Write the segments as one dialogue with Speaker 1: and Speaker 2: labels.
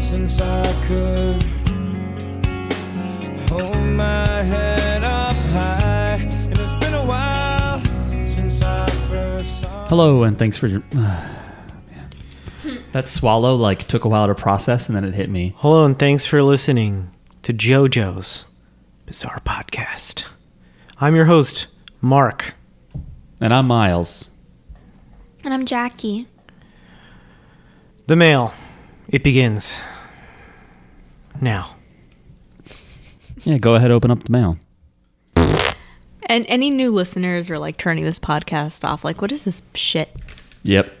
Speaker 1: since I could hold my head up high. And it's been a while since I first saw.
Speaker 2: Hello, and thanks for. Man. That swallow like took a while to process, and then it hit me.
Speaker 3: Hello, and thanks for listening to JoJo's Bizarre Podcast. I'm your host, Mark.
Speaker 2: And I'm Miles.
Speaker 4: And I'm Jackie.
Speaker 3: The mail. It begins. Now.
Speaker 2: Yeah, go ahead, open up the mail.
Speaker 5: And any new listeners are like turning this podcast off. Like, what is this shit?
Speaker 2: Yep.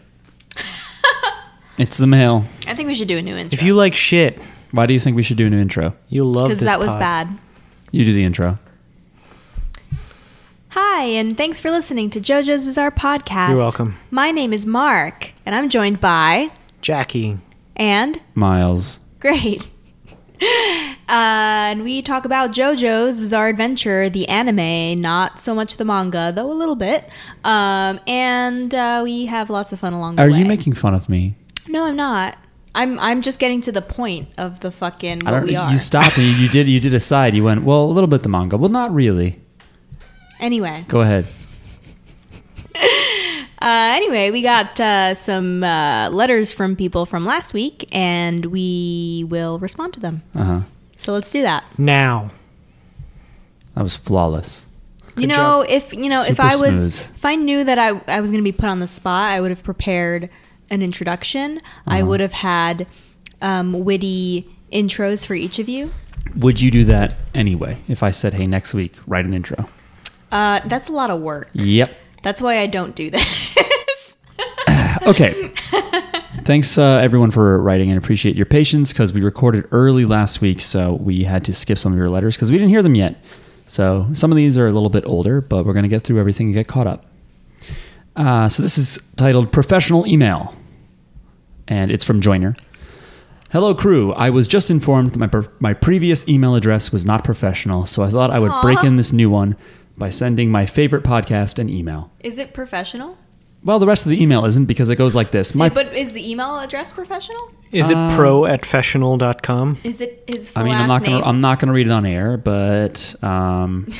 Speaker 2: it's the mail.
Speaker 5: I think we should do a new intro.
Speaker 3: If you like shit,
Speaker 2: Why do you think we should do a new intro?
Speaker 3: you'll love
Speaker 5: because
Speaker 3: this.
Speaker 5: that was
Speaker 3: pod.
Speaker 5: bad.
Speaker 2: You do the intro.
Speaker 5: Hi, and thanks for listening to JoJo's Bizarre Podcast.
Speaker 3: You're welcome.
Speaker 5: My name is Mark, and I'm joined by
Speaker 3: Jackie.
Speaker 5: and
Speaker 2: Miles.
Speaker 5: great. Uh, and we talk about JoJo's Bizarre Adventure, the anime, not so much the manga, though a little bit. Um, and uh, we have lots of fun along the
Speaker 2: Are
Speaker 5: way.
Speaker 2: you making fun of me?
Speaker 5: No, I'm not. I'm I'm just getting to the point of the fucking
Speaker 2: I
Speaker 5: what we are.
Speaker 2: You stopped me. You did. You did a side. You went well a little bit the manga. Well, not really.
Speaker 5: anyway.
Speaker 2: Go ahead.
Speaker 5: Uh, anyway, we got uh, some uh, letters from people from last week, and we will respond to them.
Speaker 2: Uh huh.
Speaker 5: So let's do that.
Speaker 3: Now.
Speaker 2: That was flawless.
Speaker 5: you
Speaker 3: Good
Speaker 5: know, if you know, if
Speaker 2: Super
Speaker 5: I was,
Speaker 2: smooth.
Speaker 5: if I knew that I I was going to be put on the spot, I would have prepared an introduction. I
Speaker 2: Uh-huh.
Speaker 5: would have had um, witty intros for each of you.
Speaker 2: Would you do that anyway? If I said, "Hey, next week, write an intro."
Speaker 5: Uh, that's a lot of work.
Speaker 2: Yep.
Speaker 5: That's why I don't do this.
Speaker 2: Okay. Thanks uh, everyone for writing and appreciate your patience because we recorded early last week, so we had to skip some of your letters because we didn't hear them yet. So some of these are a little bit older, but we're gonna get through everything and get caught up. Uh, so this is titled "Professional Email," and it's from Joiner. Hello, crew. I was just informed that my, per- my previous email address was not professional, so I thought I would break
Speaker 5: Aw.
Speaker 2: in this new one by sending my favorite podcast an email.
Speaker 5: is it professional?
Speaker 2: Well, the rest of the email isn't because it goes like this. My
Speaker 5: but is the email address professional?
Speaker 3: Is
Speaker 5: Um,
Speaker 3: it pro at professional.com?
Speaker 5: Is it his full
Speaker 2: I mean,
Speaker 5: last
Speaker 2: I'm not
Speaker 5: name?
Speaker 2: gonna I'm not gonna read it on air, but um,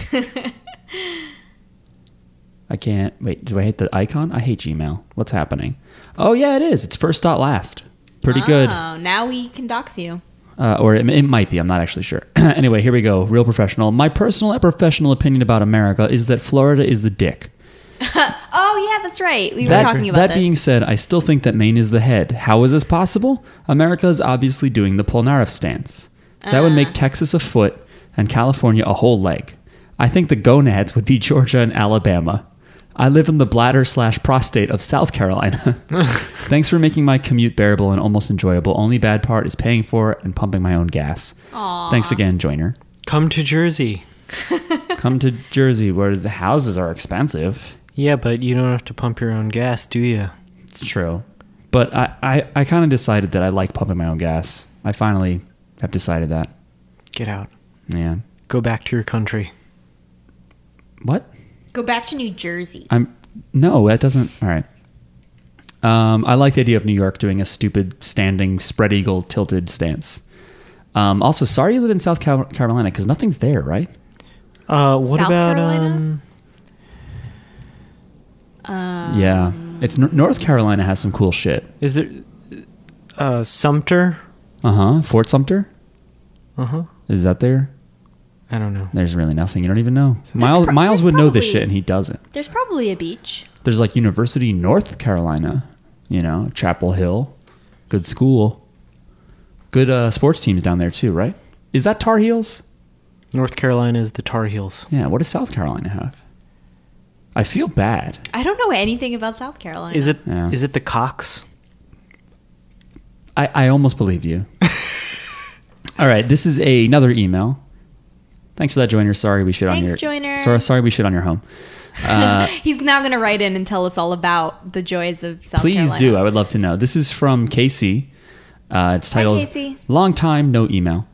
Speaker 2: I can't wait. Do I hate the icon? I hate Gmail. What's happening? Oh yeah, it is. It's first dot last. Pretty good.
Speaker 5: Oh, now we can dox you.
Speaker 2: Uh, or it, it might be. I'm not actually sure. anyway, here we go. Real professional. My personal and professional opinion about America is that Florida is the dick.
Speaker 5: Oh yeah, that's right. We
Speaker 2: That,
Speaker 5: were talking about
Speaker 2: that
Speaker 5: this.
Speaker 2: being said, I still think that Maine is the head. How is this possible? America is obviously doing the Polnareff stance. That would
Speaker 5: Ah.
Speaker 2: make Texas a foot and California a whole leg. I think the gonads would be Georgia and Alabama. I live in the bladder slash prostate of South Carolina. Thanks for making my commute bearable and almost enjoyable. Only bad part is paying for it and pumping my own gas. Thanks again, Joiner.
Speaker 3: Come to Jersey.
Speaker 2: Come to Jersey where the houses are expensive.
Speaker 3: Yeah, but you don't have to pump your own gas, do you?
Speaker 2: It's true. But I, I, I kind of decided that I like pumping my own gas. I finally have decided that.
Speaker 3: Get out.
Speaker 2: Yeah.
Speaker 3: Go back to your country.
Speaker 2: What?
Speaker 5: Go back to New Jersey.
Speaker 2: I'm. No, that doesn't. All right. Um, I like the idea of New York doing a stupid standing spread eagle tilted stance. Um, also, sorry you live in South Cal- Carolina because nothing's there, right?
Speaker 3: Uh, what
Speaker 5: South
Speaker 3: about
Speaker 5: Carolina?
Speaker 3: um?
Speaker 2: yeah. It's Nor North Carolina has some cool shit.
Speaker 3: Is there uh Sumter?
Speaker 2: Uh huh. Fort Sumter.
Speaker 3: Uh huh.
Speaker 2: Is that there?
Speaker 3: I don't know.
Speaker 2: There's really nothing. You don't even know.
Speaker 3: There's
Speaker 2: Miles,
Speaker 5: pro-
Speaker 2: Miles
Speaker 5: there's
Speaker 2: would know this
Speaker 5: probably-
Speaker 2: shit, and he doesn't.
Speaker 5: There's probably a beach.
Speaker 2: there's like University North Carolina, you know, Chapel Hill, good school, good uh, sports teams down there too, right? Is that Tar Heels?
Speaker 3: North Carolina is the Tar Heels.
Speaker 2: Yeah. What does South Carolina have? I feel bad.
Speaker 5: I don't know anything about South Carolina.
Speaker 3: Is it? Is
Speaker 2: Yeah.
Speaker 3: it the Cox?
Speaker 2: I, I almost believe you. All right, this is a, another email. Thanks for that, Joiner. Sorry we shit on
Speaker 5: Thanks,
Speaker 2: your
Speaker 5: Joyner.
Speaker 2: Sorry, sorry we shit on your home.
Speaker 5: He's now going to write in and tell us all about the joys of South
Speaker 2: Please
Speaker 5: Carolina.
Speaker 2: do. I would love to know. This is from Casey. Uh, it's titled
Speaker 5: Casey.
Speaker 2: Long Time No Email.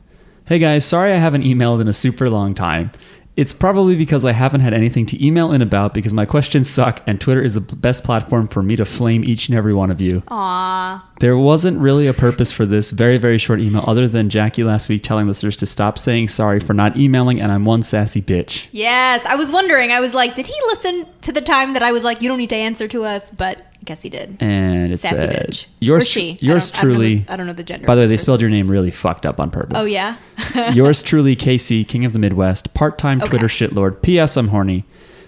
Speaker 2: Hey guys, sorry I haven't emailed in a super long time. It's probably because I haven't had anything to email in about because my questions suck and Twitter is the best platform for me to flame each and every one of you.
Speaker 5: Aw.
Speaker 2: There wasn't really a purpose for this very, very short email other than Jackie last week telling listeners to stop saying sorry for not emailing and I'm one sassy bitch.
Speaker 5: Yes, I was wondering. I was like, did he listen to the time that I was like, you don't need to answer to us? But I guess he did.
Speaker 2: And it
Speaker 5: Sassy
Speaker 2: said,
Speaker 5: bitch.
Speaker 2: Yours,
Speaker 5: or she. I
Speaker 2: yours
Speaker 5: don't- I don't know
Speaker 2: truly.
Speaker 5: the- I don't know the gender.
Speaker 2: By the way,
Speaker 5: of
Speaker 2: they
Speaker 5: this person.
Speaker 2: spelled your name really fucked up on purpose.
Speaker 5: Oh, yeah?
Speaker 2: Yours truly, Casey, King of the Midwest, part time
Speaker 5: Okay.
Speaker 2: Twitter shitlord. P.S. I'm horny.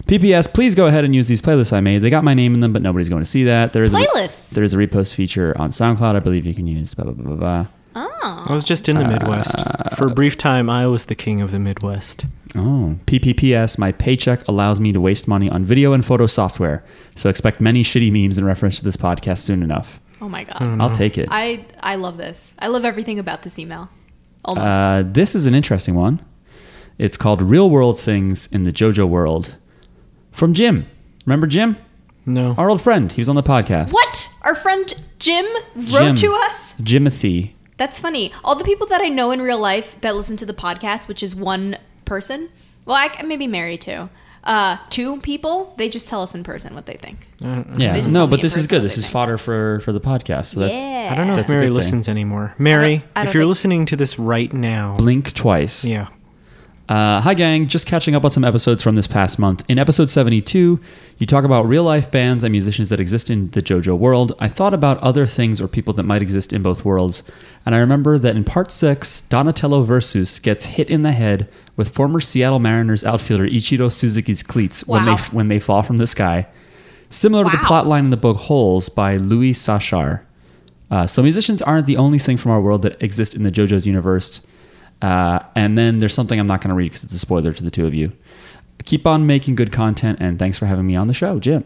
Speaker 2: P.P.S. Please go ahead and use these playlists I made. They got my name in them, but nobody's going to see that. There is
Speaker 5: Playlists?
Speaker 2: A, there is a repost feature on SoundCloud. I believe you can use. Blah blah blah blah. blah.
Speaker 5: oh.
Speaker 3: I was just in
Speaker 2: Uh,
Speaker 3: the Midwest. For a brief time, I was the king of the Midwest.
Speaker 2: Oh, PPPS. My paycheck allows me to waste money on video and photo software, so expect many shitty memes in reference to this podcast soon enough.
Speaker 5: Oh, my God.
Speaker 2: I'll take it.
Speaker 5: I, I love this. I love everything about this email. Almost.
Speaker 2: Uh, this is an interesting one. It's called Real World Things in the JoJo World from Jim. Remember Jim?
Speaker 3: No.
Speaker 2: Our old friend. He was on the podcast.
Speaker 5: what? Our friend Jim wrote
Speaker 2: Jim.
Speaker 5: to us?
Speaker 2: Jimothy.
Speaker 5: That's funny. All the people that I know in real life that listen to the podcast, which is one person, well, I, c- maybe Mary too. Uh, two people, they just tell us in person what they think.
Speaker 2: Yeah.
Speaker 5: They just
Speaker 2: No,
Speaker 5: told me
Speaker 2: but
Speaker 5: at
Speaker 2: this is
Speaker 5: first
Speaker 2: good.
Speaker 5: what
Speaker 2: This
Speaker 5: they
Speaker 2: is
Speaker 5: think.
Speaker 2: fodder for for the podcast. So that
Speaker 5: yeah.
Speaker 3: I don't know
Speaker 2: That's a
Speaker 3: if Mary
Speaker 2: good thing.
Speaker 3: listens anymore. Mary,
Speaker 5: I don't
Speaker 3: if you're
Speaker 5: think-
Speaker 3: listening to this right now,
Speaker 2: blink twice.
Speaker 3: yeah.
Speaker 2: Uh, hi, gang. Just catching up on some episodes from this past month. In episode 72, you talk about real life bands and musicians that exist in the JoJo world. I thought about other things or people that might exist in both worlds. And I remember that in part six, Donatello Versus gets hit in the head with former Seattle Mariners outfielder Ichiro Suzuki's cleats when,
Speaker 5: Wow.
Speaker 2: they, when they fall from the sky. Similar to the
Speaker 5: Wow.
Speaker 2: plot line in the book Holes by Louis Sachar. Uh, so musicians aren't the only thing from our world that exist in the JoJo's universe. Uh, and then there's something I'm not going to read because it's a spoiler to the two of you. Keep on making good content, and thanks for having me on the show, Jim.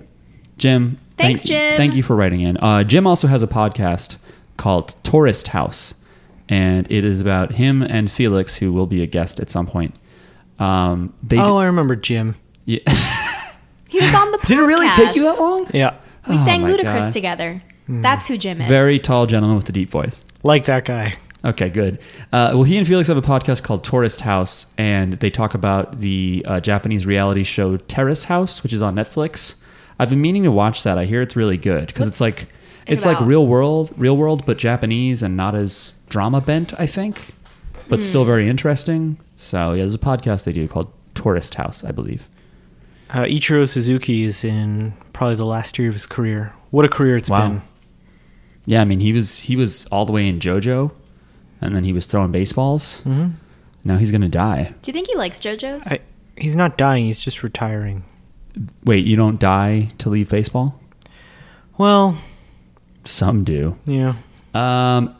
Speaker 2: Jim.
Speaker 5: Thanks, Jim.
Speaker 2: Thank you for writing in. Uh, Jim also has a podcast called Tourist House, and it is about him and Felix, who will be a guest at some point. Um, they
Speaker 3: Oh, I remember Jim.
Speaker 5: He was on the podcast.
Speaker 2: did it really take you that long?
Speaker 3: Yeah.
Speaker 5: We
Speaker 2: Oh
Speaker 5: sang
Speaker 2: my
Speaker 5: Ludacris
Speaker 2: God. Hmm.
Speaker 5: together. That's who Jim is.
Speaker 2: Very tall gentleman with a deep voice.
Speaker 3: Like that guy.
Speaker 2: Okay, good. Uh, well, he and Felix have a podcast called Tourist House, and they talk about the uh, Japanese reality show Terrace House, which is on Netflix. I've been meaning to watch that. I hear it's really good because it's
Speaker 5: What's
Speaker 2: like
Speaker 5: it
Speaker 2: it's like
Speaker 5: about?
Speaker 2: real world, real world, but Japanese and not as drama bent. I think, but still very interesting. So yeah, there's a podcast they do called Tourist House, I believe.
Speaker 3: Uh, Ichiro Suzuki is in probably the last year of his career. What a career it's
Speaker 2: Wow.
Speaker 3: been.
Speaker 2: Yeah, I mean he was he was all the way in JoJo, and then he was throwing baseballs. Mm-hmm. Now he's gonna die.
Speaker 5: Do you think he likes JoJo's?
Speaker 3: I, he's not dying, he's just retiring.
Speaker 2: Wait, you don't die to leave baseball?
Speaker 3: Well,
Speaker 2: Some do.
Speaker 3: yeah.
Speaker 2: Um,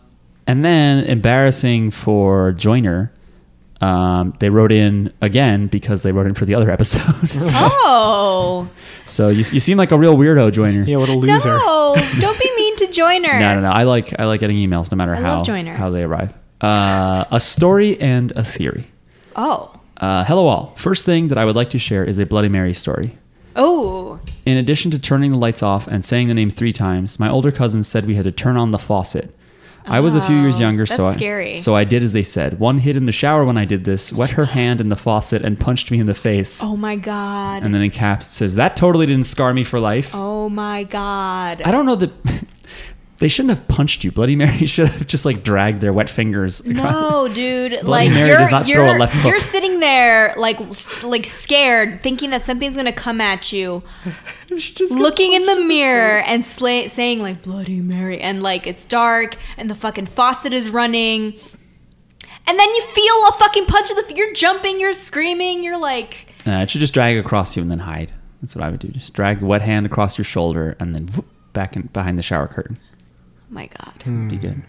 Speaker 2: and then embarrassing for Joyner, um, they wrote in again because they wrote in for the other episode. so,
Speaker 5: oh
Speaker 2: so you, you seem like a real weirdo, Joyner.
Speaker 3: Yeah, what a loser.
Speaker 5: no! Don't be mean to Joyner.
Speaker 2: No, no, no. I like I like getting emails no matter
Speaker 5: I
Speaker 2: how
Speaker 5: love Joyner.
Speaker 2: how they arrive. Uh, a story and a theory.
Speaker 5: Oh,
Speaker 2: Uh, hello all. First thing that I would like to share is a Bloody Mary story.
Speaker 5: oh,
Speaker 2: In addition to turning the lights off and saying the name three times, my older cousins said we had to turn on the faucet. I was a few years younger, so
Speaker 5: Oh, that's
Speaker 2: I,
Speaker 5: scary.
Speaker 2: so I did as they said. One hid in the shower when I did this, wet her hand in the faucet, and punched me in the face.
Speaker 5: oh my god!
Speaker 2: And then in caps it says that totally didn't scar me for life.
Speaker 5: oh my god!
Speaker 2: I don't know that they shouldn't have punched you. Bloody Mary should have just like dragged their wet fingers. across-
Speaker 5: No, dude.
Speaker 2: Bloody
Speaker 5: like
Speaker 2: Mary
Speaker 5: you're,
Speaker 2: does not throw
Speaker 5: you're,
Speaker 2: a left hook.
Speaker 5: you're sitting there like s- like scared, thinking that something's gonna come at you, looking in the mirror and sla- saying like Bloody Mary, and like it's dark and the fucking faucet is running, and then you feel a fucking punch in the. F- you're jumping, you're screaming, you're like.
Speaker 2: Uh, it should just drag across you and then hide. That's what I would do. Just drag the wet hand across your shoulder and then whoop, back in, behind the shower curtain.
Speaker 5: oh My God.
Speaker 2: be good.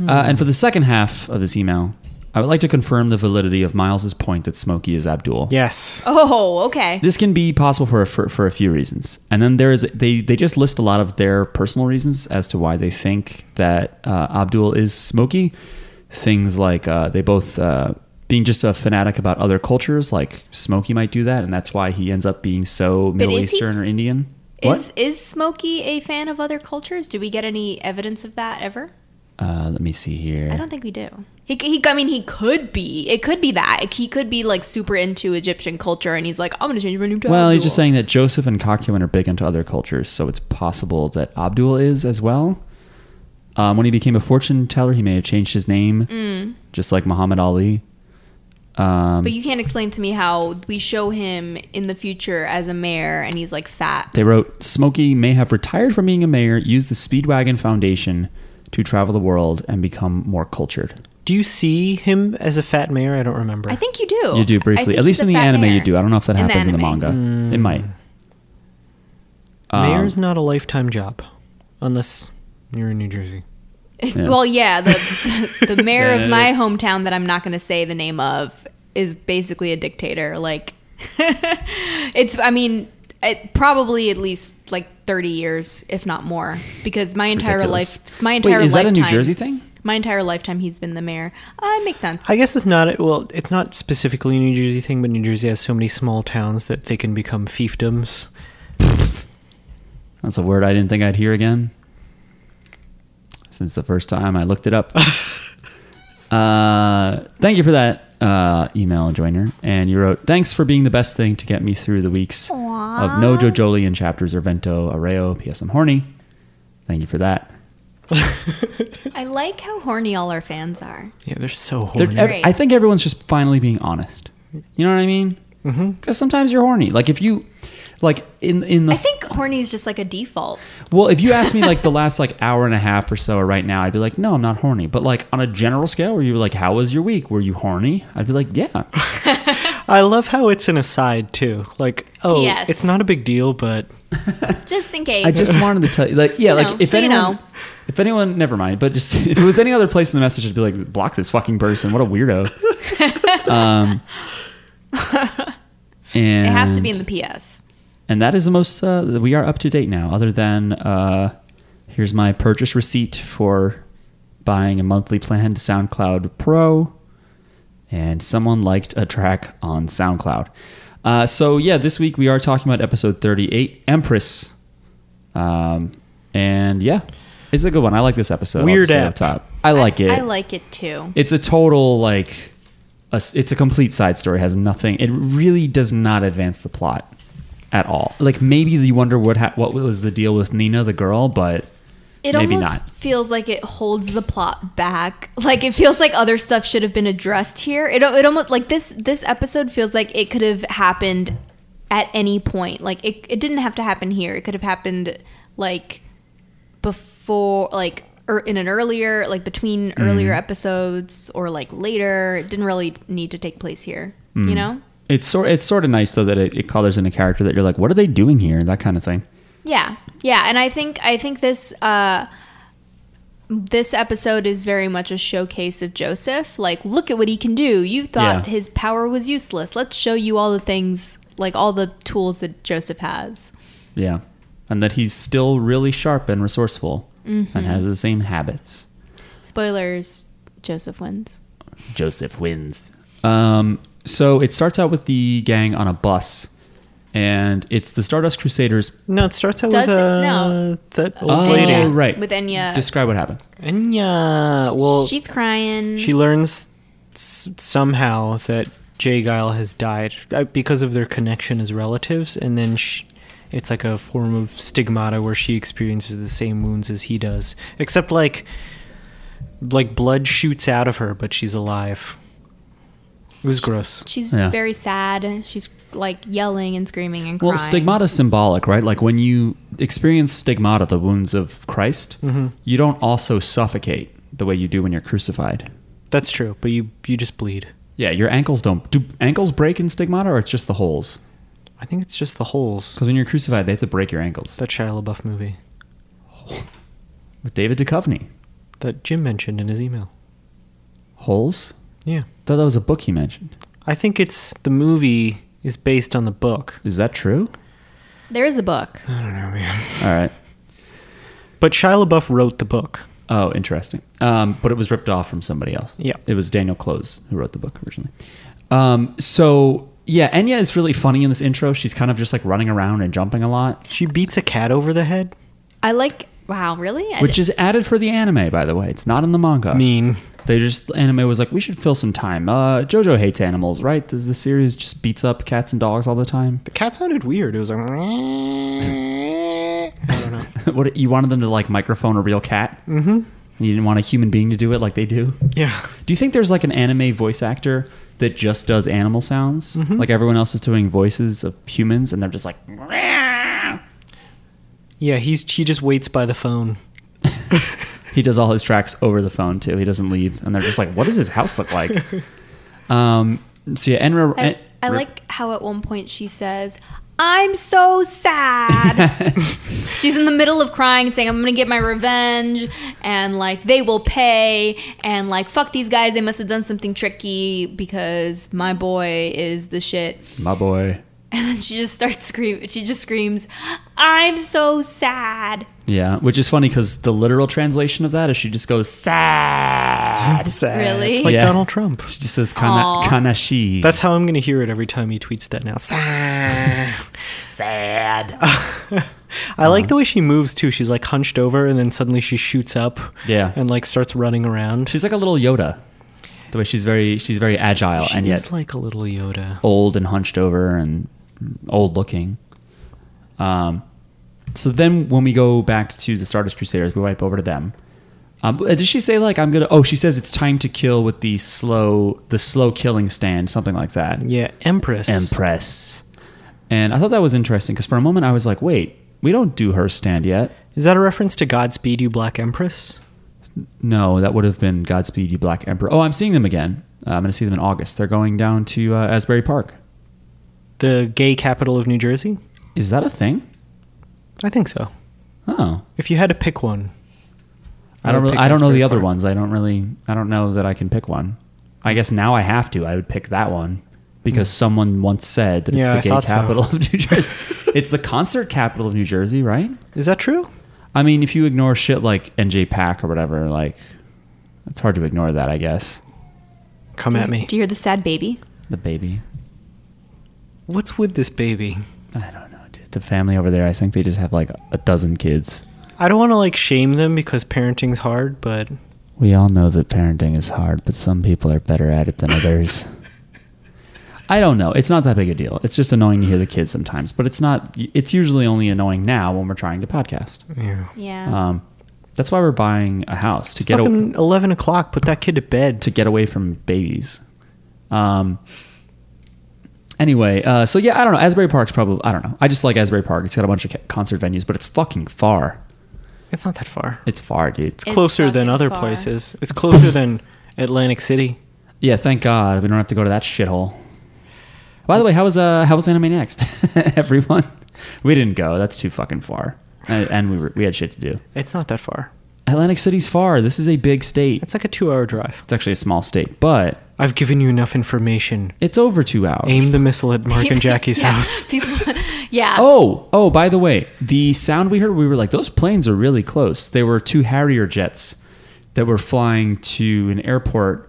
Speaker 2: Uh, and for the second half of this email, I would like to confirm the validity of Miles's point that Smokey is Abdul.
Speaker 3: Yes.
Speaker 5: Oh, okay.
Speaker 2: This can be possible for, for for a few reasons, and then there is they they just list a lot of their personal reasons as to why they think that uh, Abdul is Smokey. Things like uh, they both uh, being just a fanatic about other cultures, like Smokey might do that, and that's why he ends up being so Middle
Speaker 5: is he-
Speaker 2: Eastern or Indian.
Speaker 5: Is is Smokey a fan of other cultures? Do we get any evidence of that ever?
Speaker 2: Uh, let me see here.
Speaker 5: I don't think we do. He, c- he, I mean, he could be. It could be that he could be like super into Egyptian culture, and he's like, I'm gonna change my name to.
Speaker 2: well, he's
Speaker 5: Abdul."
Speaker 2: just saying that Joseph and Cocumen are big into other cultures, so it's possible that Abdul is as well. Um, when he became a fortune teller, he may have changed his name,
Speaker 5: Mm.
Speaker 2: just like Muhammad Ali. Um,
Speaker 5: But you can't explain to me how we show him in the future as a mayor, and he's like fat.
Speaker 2: They wrote Smokey may have retired from being a mayor, used the Speedwagon Foundation to travel the world and become more cultured.
Speaker 3: Do you see him as a fat mayor? I don't remember.
Speaker 5: I think you do.
Speaker 2: You do
Speaker 5: Oh, I
Speaker 2: briefly, at
Speaker 5: think he's
Speaker 2: least
Speaker 5: a
Speaker 2: in the
Speaker 5: fat
Speaker 2: anime,
Speaker 5: mayor.
Speaker 2: you do. I don't know if that
Speaker 5: In the
Speaker 2: happens in the
Speaker 5: anime.
Speaker 2: manga. It might. Um,
Speaker 3: Mayor's not a lifetime job, unless you're in New Jersey.
Speaker 2: Yeah.
Speaker 5: Well, yeah, the the mayor
Speaker 2: Yeah.
Speaker 5: of my hometown that I'm not going to say the name of is basically a dictator. Like, it's I mean, it, probably at least like 30 years, if not more, because my entire
Speaker 2: ridiculous.
Speaker 5: life, my
Speaker 2: Wait,
Speaker 5: entire
Speaker 2: is that a
Speaker 5: lifetime,
Speaker 2: New Jersey thing?
Speaker 5: My entire lifetime, he's been the mayor. Uh, it makes sense.
Speaker 3: I guess it's not well. It's not specifically a New Jersey thing, but New Jersey has so many small towns that they can become fiefdoms.
Speaker 2: That's a word I didn't think I'd hear again since the first time I looked it up. uh, thank you for that uh, email, Joiner. And you wrote, Thanks for being the best thing to get me through the weeks of No Jojolian chapters or Vento Areo. P.S. I'm horny. Thank you for that.
Speaker 5: I like how horny all our fans are.
Speaker 3: Yeah, they're so
Speaker 2: They're-
Speaker 3: horny.
Speaker 2: ev-
Speaker 5: Great.
Speaker 2: I think everyone's just finally being honest. You know what I mean? Because sometimes you're horny. Like if you, like in in the
Speaker 5: I think horny is just like a default.
Speaker 2: Well, if you asked me like the last like hour and a half or so or right now, I'd be like, no, I'm not horny. But like on a general scale, where you were like, how was your week? Were you horny? I'd be like, yeah.
Speaker 3: I love how it's an aside too. Like, oh,
Speaker 5: Yes.
Speaker 3: it's not a big deal, but
Speaker 5: Just in case.
Speaker 2: I just wanted to tell you, like, yeah,
Speaker 5: You
Speaker 2: like
Speaker 5: know,
Speaker 2: if
Speaker 5: so you
Speaker 2: anyone,
Speaker 5: know.
Speaker 2: if anyone, never mind. But just if it was any other place in the message, I'd be like, block this fucking person. What a weirdo. um, and
Speaker 5: it has to be in the PS.
Speaker 2: and that is the most uh, we are up to date now other than uh, here's my purchase receipt for buying a monthly plan to soundcloud pro and someone liked a track on soundcloud uh, so yeah this week we are talking about episode 38 empress um, and yeah it's a good one i like this episode I'll
Speaker 3: Weird
Speaker 2: just say
Speaker 3: app.
Speaker 2: up top i like it
Speaker 5: I like it too.
Speaker 2: it's a total like a, it's a complete side story has nothing it really does not advance the plot at all like maybe you wonder what ha- what was the deal with nina the girl but
Speaker 5: It
Speaker 2: Maybe
Speaker 5: almost
Speaker 2: not.
Speaker 5: feels like it holds the plot back. Like it feels like other stuff should have been addressed here. It it almost like this this episode feels like it could have happened at any point. Like it it didn't have to happen here. It could have happened like before like or in an earlier like between earlier
Speaker 2: Mm-hmm.
Speaker 5: episodes or like later. It didn't really need to take place here.
Speaker 2: Mm.
Speaker 5: You know?
Speaker 2: it's sort it's sort of nice though that it, it colors in a character that you're like what are they doing here that kind of thing
Speaker 5: Yeah, yeah, and I think I think this uh, this episode is very much a showcase of Joseph. Like, look at what he can do. You thought
Speaker 2: Yeah.
Speaker 5: his power was useless. Let's show you all the things, like all the tools that Joseph has.
Speaker 2: yeah and that he's still really sharp and resourceful
Speaker 5: Mm-hmm.
Speaker 2: and has the same habits
Speaker 5: Spoilers: Joseph wins.
Speaker 2: Joseph wins. Um, so it starts out with the gang on a bus, and it's the Stardust Crusaders.
Speaker 3: no. It starts out
Speaker 5: Does
Speaker 3: with
Speaker 5: it?
Speaker 3: uh,
Speaker 5: No.
Speaker 3: that old
Speaker 2: Oh,
Speaker 3: lady,
Speaker 5: Enya.
Speaker 2: right.
Speaker 5: With Enya,
Speaker 2: Describe what happened.
Speaker 3: Enya. Well,
Speaker 5: she's crying.
Speaker 3: she learns s- somehow that Jay Guile has died uh, because of their connection as relatives, and then sh it's like a form of stigmata where she experiences the same wounds as he does, except like like blood shoots out of her, but she's alive. It was gross.
Speaker 5: she's
Speaker 2: Yeah.
Speaker 5: very sad. She's like yelling and screaming and crying.
Speaker 2: Well, stigmata is symbolic, right? Like when you experience stigmata, the wounds of Christ,
Speaker 3: Mm-hmm.
Speaker 2: you don't also suffocate the way you do when you're crucified.
Speaker 3: That's true, but you you just bleed.
Speaker 2: Yeah, your ankles don't. Do ankles break in stigmata, or it's just the holes?
Speaker 3: I think it's just the holes.
Speaker 2: Because when you're crucified, they have to break your ankles.
Speaker 3: That Shia LaBeouf movie
Speaker 2: With David Duchovny,
Speaker 3: that Jim mentioned in his email.
Speaker 2: holes.
Speaker 3: Yeah,
Speaker 2: Thought that was a book he mentioned.
Speaker 3: I think it's the movie is based on the book.
Speaker 2: Is that true?
Speaker 5: There is a book.
Speaker 3: I don't know, man.
Speaker 2: All right.
Speaker 3: But Shia LaBeouf wrote the book.
Speaker 2: Oh, interesting. Um, but it was ripped off from somebody else.
Speaker 3: Yeah.
Speaker 2: It was Daniel Close who wrote the book originally. Um, so, yeah, Enya is really funny in this intro. She's kind of just like running around and jumping a lot.
Speaker 3: She beats a cat over the head.
Speaker 5: I like Wow, really? I
Speaker 2: which
Speaker 5: did-
Speaker 2: is added for the anime, by the way. It's not in the manga.
Speaker 3: mean.
Speaker 2: They just anime was like, we should fill some time. Uh, JoJo hates animals, right? The, the series just beats up cats and dogs all the time.
Speaker 3: The cat sounded weird. It was like. I don't know.
Speaker 2: what you wanted them to like microphone a real cat? Mm-hmm. And you didn't want a human being to do it like they do.
Speaker 3: Yeah.
Speaker 2: Do you think there's like an anime voice actor that just does animal sounds? Like everyone else is doing voices of humans, and they're just like,
Speaker 3: Yeah, he's he just waits by the phone.
Speaker 2: he does all his tracks over the phone too. He doesn't leave, and they're just like, what does his house look like? um, so yeah, Enra.
Speaker 5: I, I like how at one point she says, I'm so sad. She's in the middle of crying and saying, I'm going to get my revenge. And like, they will pay. And like, fuck these guys. They must have done something tricky because my boy is the shit.
Speaker 2: my boy.
Speaker 5: And then she just starts screaming. She just screams, I'm so sad.
Speaker 2: Yeah, which is funny because the literal translation of that is she just goes sad.
Speaker 3: Ah, Sad.
Speaker 5: Really?
Speaker 3: Like
Speaker 2: Yeah.
Speaker 3: Donald Trump.
Speaker 2: She just says kana,
Speaker 5: Aw.
Speaker 2: kanashi.
Speaker 3: That's how I'm going to hear it every time he tweets that now. Sad. I like the way she moves too. She's like hunched over and then suddenly she shoots up.
Speaker 2: Yeah.
Speaker 3: And like starts running around.
Speaker 2: she's like a little Yoda. The way she's very she's very agile
Speaker 3: She
Speaker 2: and yet
Speaker 3: is like a little Yoda.
Speaker 2: old and hunched over and old looking. Um, so then when we go back to the Stardust Crusaders, we wipe over to them. Um, but did she say like I'm gonna? Oh, she says it's time to kill with the slow the slow killing stand, something like that.
Speaker 3: Yeah, Empress.
Speaker 2: Empress. And I thought that was interesting because for a moment I was like, wait, we don't do her stand yet.
Speaker 3: Is that a reference to Godspeed You Black Empress?
Speaker 2: No, that would have been Godspeed You Black Emperor. Oh, I'm seeing them again. Uh, I'm going to see them in August. They're going down to uh, Asbury Park.
Speaker 3: The gay capital of New Jersey?
Speaker 2: Is that a thing?
Speaker 3: I think so.
Speaker 2: Oh,
Speaker 3: If you had to pick one.
Speaker 2: I don't.
Speaker 3: would
Speaker 2: Really,
Speaker 3: pick
Speaker 2: I don't know
Speaker 3: Asbury
Speaker 2: the other
Speaker 3: Park.
Speaker 2: ones. I don't really. I don't know that I can pick one. I guess now I have to. I would pick that one because someone once said that
Speaker 3: Hmm. Yeah, I
Speaker 2: it's the gay
Speaker 3: thought so.
Speaker 2: capital of New Jersey. it's the concert capital of New Jersey, right?
Speaker 3: Is that true?
Speaker 2: I mean, if you ignore shit like NJ Pack or whatever, like it's hard to ignore that. I guess
Speaker 3: Come at me.
Speaker 5: Do you hear the sad baby?
Speaker 2: the baby.
Speaker 3: What's with this baby?
Speaker 2: I don't know, dude. The family over there. I think they just have like a dozen kids.
Speaker 3: I don't want to like shame them because parenting's hard, but
Speaker 2: We all know that parenting is hard, but some people are better at it than others. I don't know. It's not that big a deal. It's just annoying to hear the kids sometimes, but it's not. It's usually only annoying now when we're trying to podcast.
Speaker 3: yeah.
Speaker 5: Yeah.
Speaker 2: Um, that's why we're buying a house to get a,
Speaker 3: Fucking eleven o'clock. Put that kid to bed.
Speaker 2: to get away from babies. Um. Anyway, uh, so yeah, I don't know. Asbury Park's probably. I don't know. I just like Asbury Park. It's got a bunch of ca- concert venues, but it's fucking far.
Speaker 3: it's not that far.
Speaker 2: It's far, dude.
Speaker 5: It's
Speaker 3: closer than
Speaker 5: fucking
Speaker 3: other
Speaker 5: far.
Speaker 3: places. It's closer than Atlantic City.
Speaker 2: Yeah, thank God we don't have to go to that shithole. By the way, how was uh how was anime next? Everyone, we didn't go. That's too fucking far, and, and we were, we had shit to do.
Speaker 3: It's not that far.
Speaker 2: Atlantic City's far. This is a big state.
Speaker 3: It's like a two-hour drive.
Speaker 2: It's actually a small state, but
Speaker 3: I've given you enough information.
Speaker 2: it's over two hours.
Speaker 3: Aim the missile at Mark and Jackie's
Speaker 5: Yeah.
Speaker 3: house.
Speaker 5: People, yeah.
Speaker 2: Oh, oh, by the way, the sound we heard, we were like, those planes are really close. They were two Harrier jets that were flying to an airport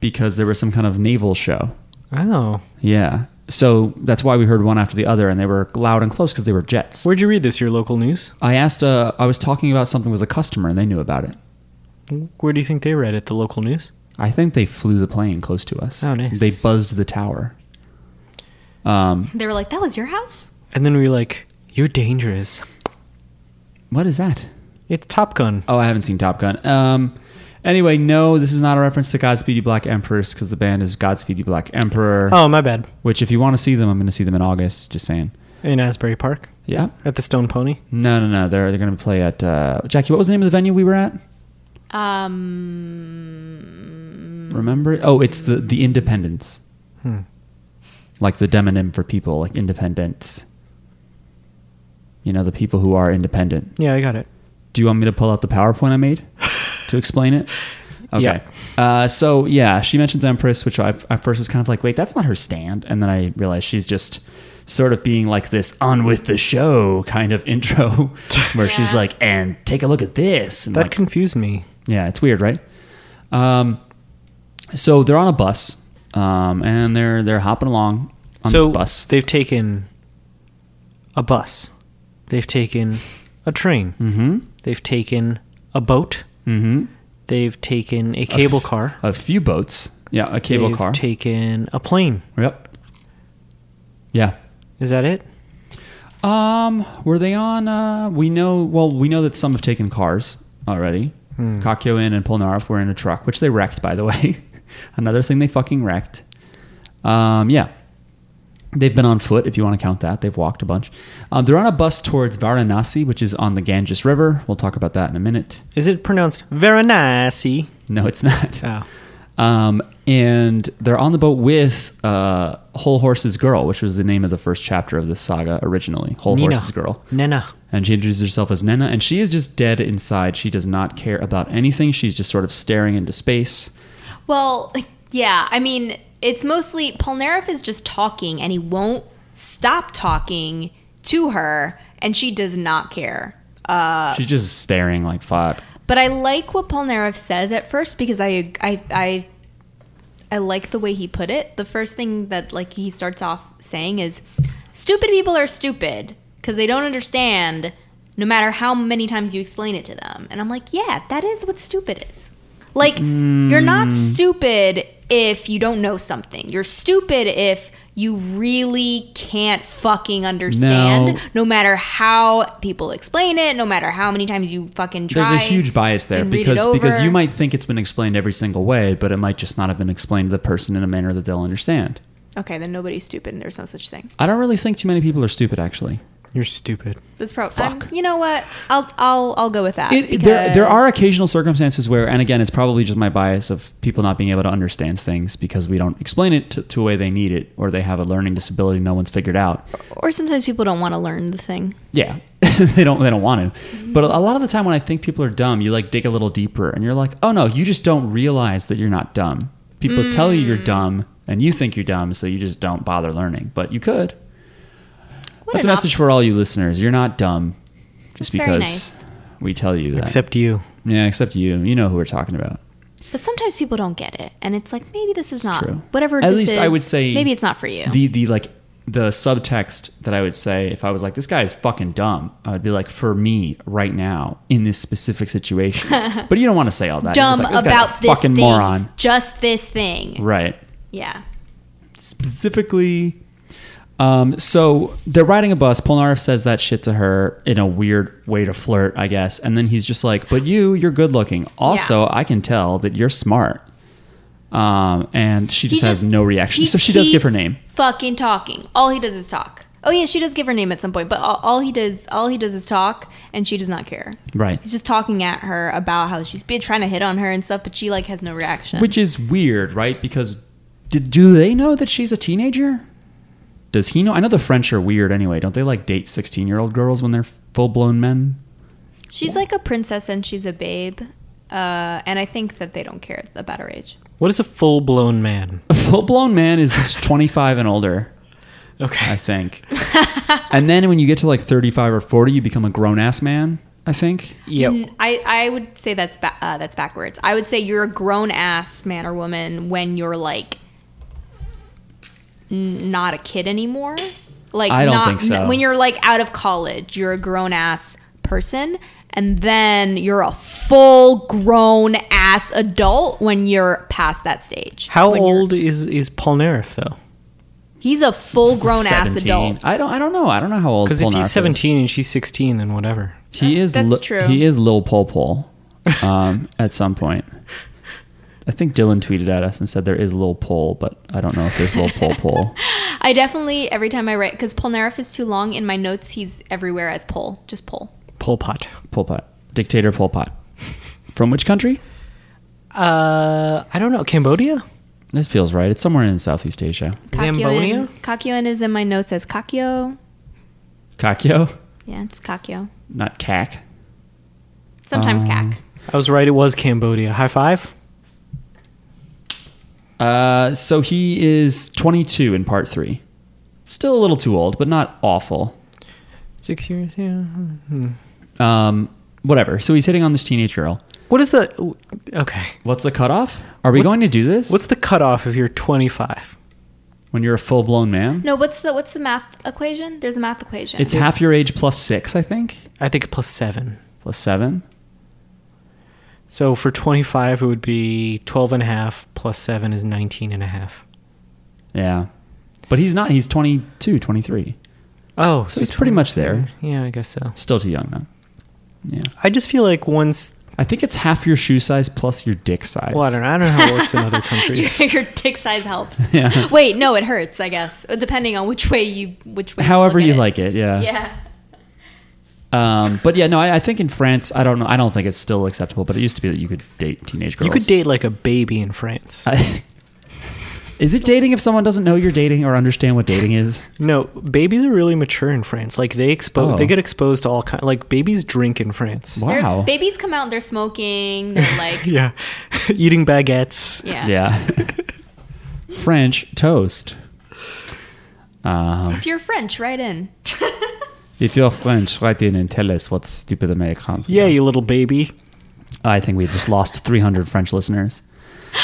Speaker 2: because there was some kind of naval show.
Speaker 3: Oh,
Speaker 2: Yeah. So that's why we heard one after the other, and they were loud and close because they were jets.
Speaker 3: where'd you read this? Your local news?
Speaker 2: I asked. Uh, I was talking about something with a customer, and they knew about it.
Speaker 3: Where do you think they read it? The local news?
Speaker 2: I think they flew the plane close to us.
Speaker 3: Oh, nice.
Speaker 2: They buzzed the tower. Um,
Speaker 5: They were like, that was your house?
Speaker 3: And then we were like, "You're dangerous."
Speaker 2: what is that?
Speaker 3: It's Top Gun.
Speaker 2: Oh, I haven't seen Top Gun. Um, anyway, no, this is not a reference to Godspeed You Black Empress because the band is Godspeed You Black Emperor.
Speaker 3: Oh, my bad.
Speaker 2: Which, if you want to see them, I'm going to see them in August. Just saying.
Speaker 3: In Asbury Park
Speaker 2: Yeah.
Speaker 3: at the Stone Pony.
Speaker 2: No, no, no. They're they're going to play at uh, Jackie. What was the name of the venue we were at?
Speaker 5: Um,
Speaker 2: Remember? it? Oh, it's the the Independence.
Speaker 3: Mm. Hmm.
Speaker 2: Like the demonym for people, like independence. You know, the people who are independent.
Speaker 3: Yeah, I got it.
Speaker 2: Do you want me to pull out the PowerPoint I made to explain it? Okay. Uh, so yeah, she mentions Empress, which I at first was kind of like, wait, that's not her stand, and then I realized she's just sort of being like this on with the show kind of intro, where she's
Speaker 5: Yeah.
Speaker 2: like, and take a look at this, and
Speaker 3: That
Speaker 2: like,
Speaker 3: confused me.
Speaker 2: yeah, it's weird, right? Um, so they're on a bus, um, and they're they're hopping along on
Speaker 3: so
Speaker 2: this bus.
Speaker 3: they've taken a bus. They've taken a train.
Speaker 2: Mm-hmm.
Speaker 3: They've taken a boat.
Speaker 2: Mm-hmm.
Speaker 3: They've taken a cable car.
Speaker 2: A few boats. Yeah, a cable
Speaker 3: They've
Speaker 2: car.
Speaker 3: taken a plane.
Speaker 2: yep. Yeah.
Speaker 3: Is that it?
Speaker 2: Um, were they on? Uh, we know. Well, we know that some have taken cars already. Hmm. Kakyoin and Polnareff were in a truck, which they wrecked, by the way. Another thing they fucking wrecked. Um, yeah, they've been on foot if you want to count that. They've walked a bunch. Um, they're on a bus towards Varanasi, which is on the Ganges River. We'll talk about that in a minute.
Speaker 3: Is it pronounced Varanasi?
Speaker 2: No, it's not.
Speaker 3: Oh.
Speaker 2: Um, and they're on the boat with uh, Whole Horse's Girl, which was the name of the first chapter of this saga originally. Whole
Speaker 3: Nina.
Speaker 2: Horse's Girl.
Speaker 3: Nena.
Speaker 2: And she introduces herself as Nena, and she is just dead inside. She does not care about anything. She's just sort of staring into space.
Speaker 5: Well, yeah. I mean, it's mostly Polnareff is just talking, and he won't stop talking to her, and she does not care. Uh,
Speaker 2: She's just staring like fuck.
Speaker 5: But I like what Polnareff says at first because I I I I like the way he put it. The first thing that like he starts off saying is stupid people are stupid because they don't understand no matter how many times you explain it to them. And I'm like, yeah, that is what stupid is. Like you're not stupid if you don't know something. You're stupid if you really can't fucking understand
Speaker 2: No.
Speaker 5: no, matter how people explain it, no matter how many times you fucking try.
Speaker 2: There's a huge bias there
Speaker 5: and read
Speaker 2: because
Speaker 5: it
Speaker 2: because
Speaker 5: over.
Speaker 2: you might think it's been explained every single way, but it might just not have been explained to the person in a manner that they'll understand.
Speaker 5: Okay, then nobody's stupid and there's no such thing.
Speaker 2: I don't really think too many people are stupid actually.
Speaker 3: You're stupid.
Speaker 5: That's probably
Speaker 2: Fuck.
Speaker 5: you know what? I'll I'll I'll go with that.
Speaker 2: It, it- there, there are
Speaker 5: Uh, because-
Speaker 2: occasional circumstances where, and again, it's probably just my bias of people not being able to understand things because we don't explain it to, to a way they need it, or they have a learning disability no one's figured out.
Speaker 5: or sometimes people don't want to learn the thing.
Speaker 2: Yeah, they don't they don't want to.
Speaker 5: Mm-hmm.
Speaker 2: But a lot of the time, when I think people are dumb, you like dig a little deeper, and you're like, oh no, you just don't realize that you're not dumb. People tell you
Speaker 5: Mm.
Speaker 2: you're dumb, and you think you're dumb, so you just don't bother learning. But you could. That's a
Speaker 5: an op-
Speaker 2: message for all you listeners. You're not dumb just
Speaker 5: That's
Speaker 2: because
Speaker 5: very nice.
Speaker 2: we tell you that.
Speaker 3: Except you.
Speaker 2: yeah, except you. You know who we're talking about.
Speaker 5: But sometimes people don't get it, and it's like maybe this is not
Speaker 2: true.
Speaker 5: whatever.
Speaker 2: At
Speaker 5: this
Speaker 2: least I
Speaker 5: is,
Speaker 2: would say
Speaker 5: maybe it's not for you.
Speaker 2: the the like the subtext that I would say if I was like this guy is fucking dumb, I would be like for me right now in this specific situation. but you don't want to say all that. You're just
Speaker 5: Dumb
Speaker 2: like, this guy's a
Speaker 5: about this
Speaker 2: fucking
Speaker 5: thing,
Speaker 2: moron,
Speaker 5: just this thing.
Speaker 2: right?
Speaker 5: Yeah,
Speaker 2: Specifically. Um, so they're riding a bus. Polnareff says that shit to her in a weird way to flirt, I guess. And then he's just like, "But you, you're good looking. Also, I can tell that you're smart." Um, and she just
Speaker 5: He
Speaker 2: has no reaction.
Speaker 5: he
Speaker 2: So she does give her
Speaker 5: keeps
Speaker 2: name.
Speaker 5: Fucking talking. All he does is talk. Oh yeah, she does give her name at some point, but all, all he does, all he does is talk, and she does not care.
Speaker 2: Right.
Speaker 5: He's just talking at her about how she's been trying to hit on her and stuff, but she like has no reaction.
Speaker 2: Which is weird, right? Because did, do they know that she's a teenager? Does he know? I know the French are weird anyway. Don't they like date 16 year old girls when they're full blown men?
Speaker 5: She's like a princess and she's a babe. Uh, and I think that they don't care about her age.
Speaker 3: What is a full blown man?
Speaker 2: A full blown man is 25 and older, I
Speaker 3: Okay.
Speaker 2: think. and then when you get to like 35 or 40, you become a grown ass man, I think.
Speaker 3: Yep.
Speaker 5: N- I, I would say that's ba- uh, that's backwards. I would say you're a grown ass man or woman when you're like n- not a kid anymore. Like
Speaker 2: I don't
Speaker 5: not,
Speaker 2: think so.
Speaker 5: n- when you're like out of college, you're a grown ass person, and then you're a full grown ass adult when you're past that stage.
Speaker 3: How
Speaker 5: When you're-
Speaker 3: old is is Polnareff though?
Speaker 5: He's a full grown ass
Speaker 2: 17.
Speaker 5: adult.
Speaker 2: I don't, I don't know. I don't know how old
Speaker 3: Because if
Speaker 2: Polnareff
Speaker 3: he's
Speaker 2: is.
Speaker 3: 17 and she's 16, then whatever.
Speaker 2: He is.
Speaker 5: That's
Speaker 2: li-
Speaker 5: true.
Speaker 2: He is Lil Pol Pol. Um, at some point, I think Dylan tweeted at us and said there is Lil Pol, but I don't know if there's Lil Pol Pol.
Speaker 5: I definitely every time I write because Polnareff is too long in my notes. He's everywhere as Pol, just Pol.
Speaker 3: Pol Pot.
Speaker 2: Pol Pot, dictator Pol Pot. From which country?
Speaker 3: Uh, I don't know. Cambodia?
Speaker 2: This feels right. It's somewhere in Southeast Asia.
Speaker 3: Zambonia?
Speaker 5: Kakyoin is in my notes as Kakyo.
Speaker 2: Kakyo,
Speaker 5: Yeah, it's Kakyo.
Speaker 2: not Kak.
Speaker 5: Sometimes
Speaker 2: Ah.
Speaker 5: Kak.
Speaker 3: I was right. It was Cambodia. High five.
Speaker 2: Uh, so he is 22 in part three. Still a little too old, but not awful.
Speaker 3: Six years. Yeah.
Speaker 2: Um, whatever. So he's hitting on this teenage girl.
Speaker 3: What is the? Okay.
Speaker 2: What's the cutoff? Are we
Speaker 3: What's-
Speaker 2: going to do this?
Speaker 3: What's the cutoff if you're 25?
Speaker 2: When you're a full blown man,
Speaker 4: No, what's the what's the math equation? There's a math equation.
Speaker 2: it's half your age plus six, I think,
Speaker 3: I think plus seven.
Speaker 2: plus seven.
Speaker 3: So for 25, it would be 12 and a half plus seven is 19 and a half.
Speaker 2: Yeah. But he's not. He's 22, 23.
Speaker 3: Oh,
Speaker 2: So he's pretty much there.
Speaker 3: Yeah, I guess so.
Speaker 2: Still too young, though. Yeah.
Speaker 3: I just feel like once,
Speaker 2: I think it's half your shoe size plus your dick size.
Speaker 3: well, I don't know. I don't know how it works in other countries.
Speaker 5: Your dick size helps.
Speaker 2: Yeah.
Speaker 5: Wait, no, it hurts. I guess depending on which way you which way.
Speaker 2: However
Speaker 5: look
Speaker 2: you
Speaker 5: at
Speaker 2: like it, yeah.
Speaker 5: Yeah.
Speaker 2: Um, but yeah, no, I, I think in France, I don't know. I don't think it's still acceptable, but it used to be that you could date teenage girls.
Speaker 3: You could date like a baby in France.
Speaker 2: I- is it dating if someone doesn't know you're dating or understand what dating is?
Speaker 3: No, babies are really mature in France. Like they expose,
Speaker 2: Oh.
Speaker 3: they get exposed to all kind. Like babies drink in France.
Speaker 5: They're-
Speaker 2: Wow.
Speaker 5: Babies come out. They're smoking. They're like. yeah.
Speaker 3: Yeah, eating baguettes.
Speaker 2: Yeah. French toast. Um,
Speaker 5: If you're French, write in.
Speaker 2: if you're French, write in and tell us what stupid Americans. we
Speaker 3: Yeah,
Speaker 2: are.
Speaker 3: you little baby.
Speaker 2: I think we just lost 300 French listeners.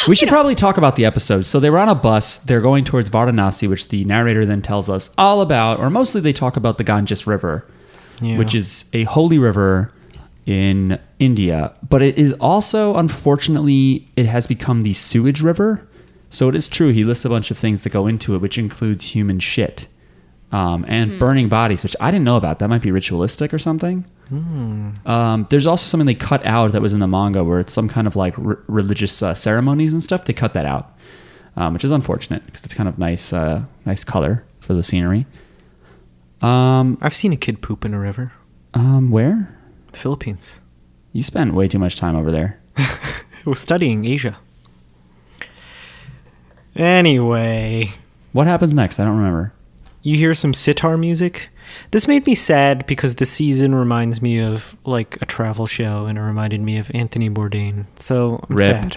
Speaker 2: We should probably talk about the episode. So they were on a bus. They're going towards Varanasi, which the narrator then tells us all about, or mostly they talk about the Ganges River,
Speaker 3: Yeah.
Speaker 2: which is a holy river in India. But it is also, unfortunately, it has become the sewage river. So it is true. He lists a bunch of things that go into it, which includes human shit um, and burning bodies, which I didn't know about. That might be ritualistic or something. Um, there's also something they cut out that was in the manga where it's some kind of like r- religious uh, ceremonies and stuff. They cut that out, um, which is unfortunate because it's kind of nice, uh, nice color for the scenery. Um,
Speaker 3: I've seen a kid poop in a river.
Speaker 2: um, where
Speaker 3: The Philippines.
Speaker 2: you spent way too much time over there.
Speaker 3: It was studying Asia. Anyway,
Speaker 2: What happens next? I don't remember.
Speaker 3: you hear some sitar music. This made me sad because the season reminds me of like a travel show, and it reminded me of Anthony Bourdain. So I'm
Speaker 2: Rip.
Speaker 3: sad.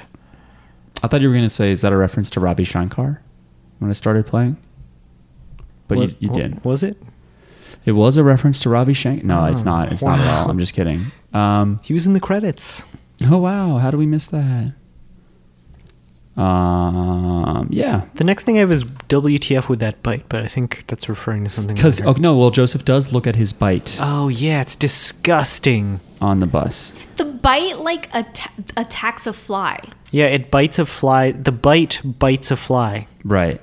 Speaker 2: I thought you were gonna say, "Is that a reference to Ravi Shankar?" When I started playing, but you,
Speaker 3: What-
Speaker 2: you
Speaker 3: what-
Speaker 2: did.
Speaker 3: Was it?
Speaker 2: It was a reference to Ravi Shankar. No,
Speaker 3: Ah.
Speaker 2: it's not. It's not at all. I'm just kidding. Um,
Speaker 3: He was in the credits.
Speaker 2: oh wow, how do we miss that? Um, yeah,
Speaker 3: The next thing I have is WTF with that bite, but I think that's referring to something.
Speaker 2: because
Speaker 3: later.
Speaker 2: oh no, well Joseph does look at his bite
Speaker 3: oh yeah, it's disgusting.
Speaker 2: on the bus.
Speaker 5: The bite like atta- attacks a fly.
Speaker 3: Yeah, it bites a fly. The bite bites a fly.
Speaker 2: Right.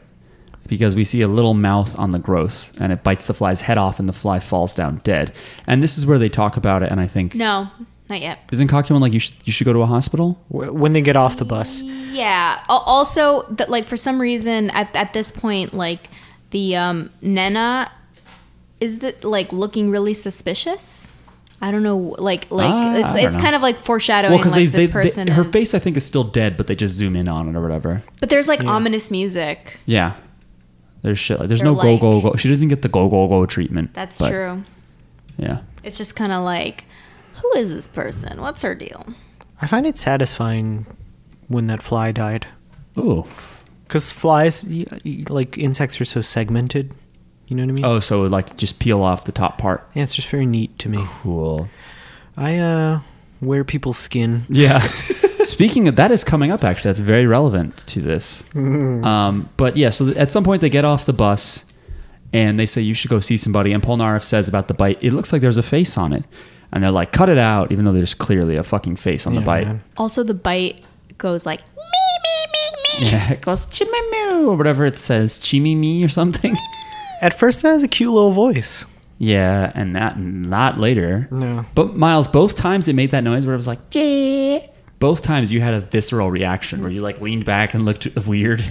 Speaker 2: Because we see a little mouth on the growth and it bites the fly's head off and the fly falls down dead. And this is where they talk about it and I think
Speaker 5: No, not yet.
Speaker 2: isn't Kakuman like you should you should go to a hospital?
Speaker 3: Wh- When they get off the bus,
Speaker 5: Yeah. Al- Also, that like for some reason at at this point, like the um Nena is that like looking really suspicious. I don't know. Like like
Speaker 2: Ah, I
Speaker 5: it's
Speaker 2: don't
Speaker 5: it's
Speaker 2: know.
Speaker 5: kind of like foreshadowing.
Speaker 2: Well, because
Speaker 5: like,
Speaker 2: they, they,
Speaker 5: this person
Speaker 2: they her
Speaker 5: is-
Speaker 2: face I think is still dead, but they just zoom in on it or whatever.
Speaker 5: But there's like ominous music.
Speaker 2: Yeah. There's shit like there's
Speaker 5: They're
Speaker 2: no go go
Speaker 5: like-
Speaker 2: go. She doesn't get the go go go treatment.
Speaker 5: That's
Speaker 2: but,
Speaker 5: true.
Speaker 2: Yeah.
Speaker 5: It's just kind of like, who is this person? What's her deal?
Speaker 3: I find it satisfying when that fly died.
Speaker 2: Ooh.
Speaker 3: Because flies, y- y- like insects, are so segmented. You know what I mean?
Speaker 2: Oh, so like just peel off the top part.
Speaker 3: Yeah, it's just very neat to me.
Speaker 2: Cool.
Speaker 3: I uh, wear people's skin.
Speaker 2: Yeah. Speaking of that is coming up actually. That's very relevant to this. Um, but yeah, so at some point they get off the bus and they say you should go see somebody. And Polnareff says about the bite, it looks like there's a face on it, and they're like, cut it out, even though there's clearly a fucking face on the
Speaker 3: Yeah,
Speaker 2: bite.
Speaker 3: man.
Speaker 5: Also, the bite goes like
Speaker 2: Yeah, it goes chimimu or whatever it says, chimimi or something.
Speaker 3: At first, it has a cute little voice.
Speaker 2: yeah, and not not later.
Speaker 3: No.
Speaker 2: But Miles, both times it made that noise where it was like, "Yeah." both times you had a visceral reaction where you like leaned back and looked weird, you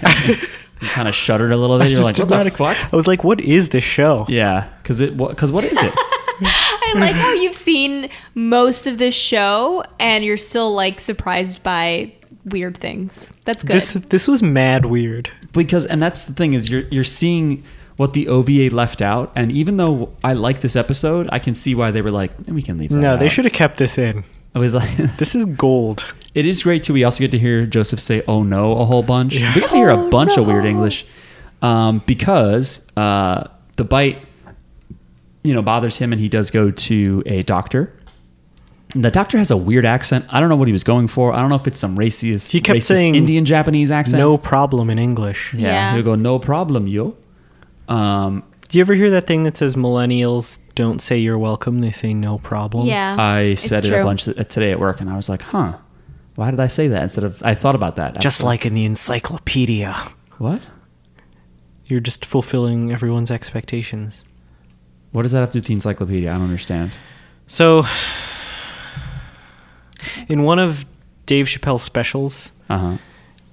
Speaker 2: kind of shuddered a little bit. You're like,
Speaker 3: Just
Speaker 2: what
Speaker 3: did
Speaker 2: the
Speaker 3: not-
Speaker 2: fuck?
Speaker 3: I was like, what is this show?
Speaker 2: Yeah, because it because what is it?
Speaker 5: I like how you've seen most of this show and you're still like surprised by weird things. That's good.
Speaker 3: This this was mad weird.
Speaker 2: because and that's the thing is you're you're seeing what the OVA left out, and even though I like this episode, I can see why they were like, we can leave. That
Speaker 3: No, they
Speaker 2: out."
Speaker 3: should have kept this in.
Speaker 2: I was like,
Speaker 3: This is gold.
Speaker 2: It is great too. We also get to hear Joseph say "Oh no" a whole bunch. We get to hear
Speaker 3: Oh,
Speaker 2: a bunch of weird English um, because uh, the bite, you know, bothers him, and he does go to a doctor The doctor has a weird accent. I don't know what he was going for. I don't know if it's some racist,
Speaker 3: He kept
Speaker 2: racist
Speaker 3: saying,
Speaker 2: Indian Japanese accent.
Speaker 3: No problem in English.
Speaker 2: Yeah.
Speaker 5: Yeah.
Speaker 2: He'll go, no problem, yo. Um,
Speaker 3: Do you ever hear that thing that says millennials don't say you're welcome? They say no problem.
Speaker 5: Yeah.
Speaker 2: I said it a
Speaker 5: true.
Speaker 2: bunch th- today at work and I was like, huh, why did I say that instead of, I thought about that.
Speaker 3: Just
Speaker 2: actually.
Speaker 3: like in the encyclopedia.
Speaker 2: what?
Speaker 3: You're just fulfilling everyone's expectations.
Speaker 2: What does that have to do with the encyclopedia? I don't understand.
Speaker 3: So, in one of Dave Chappelle's specials,
Speaker 2: Uh huh.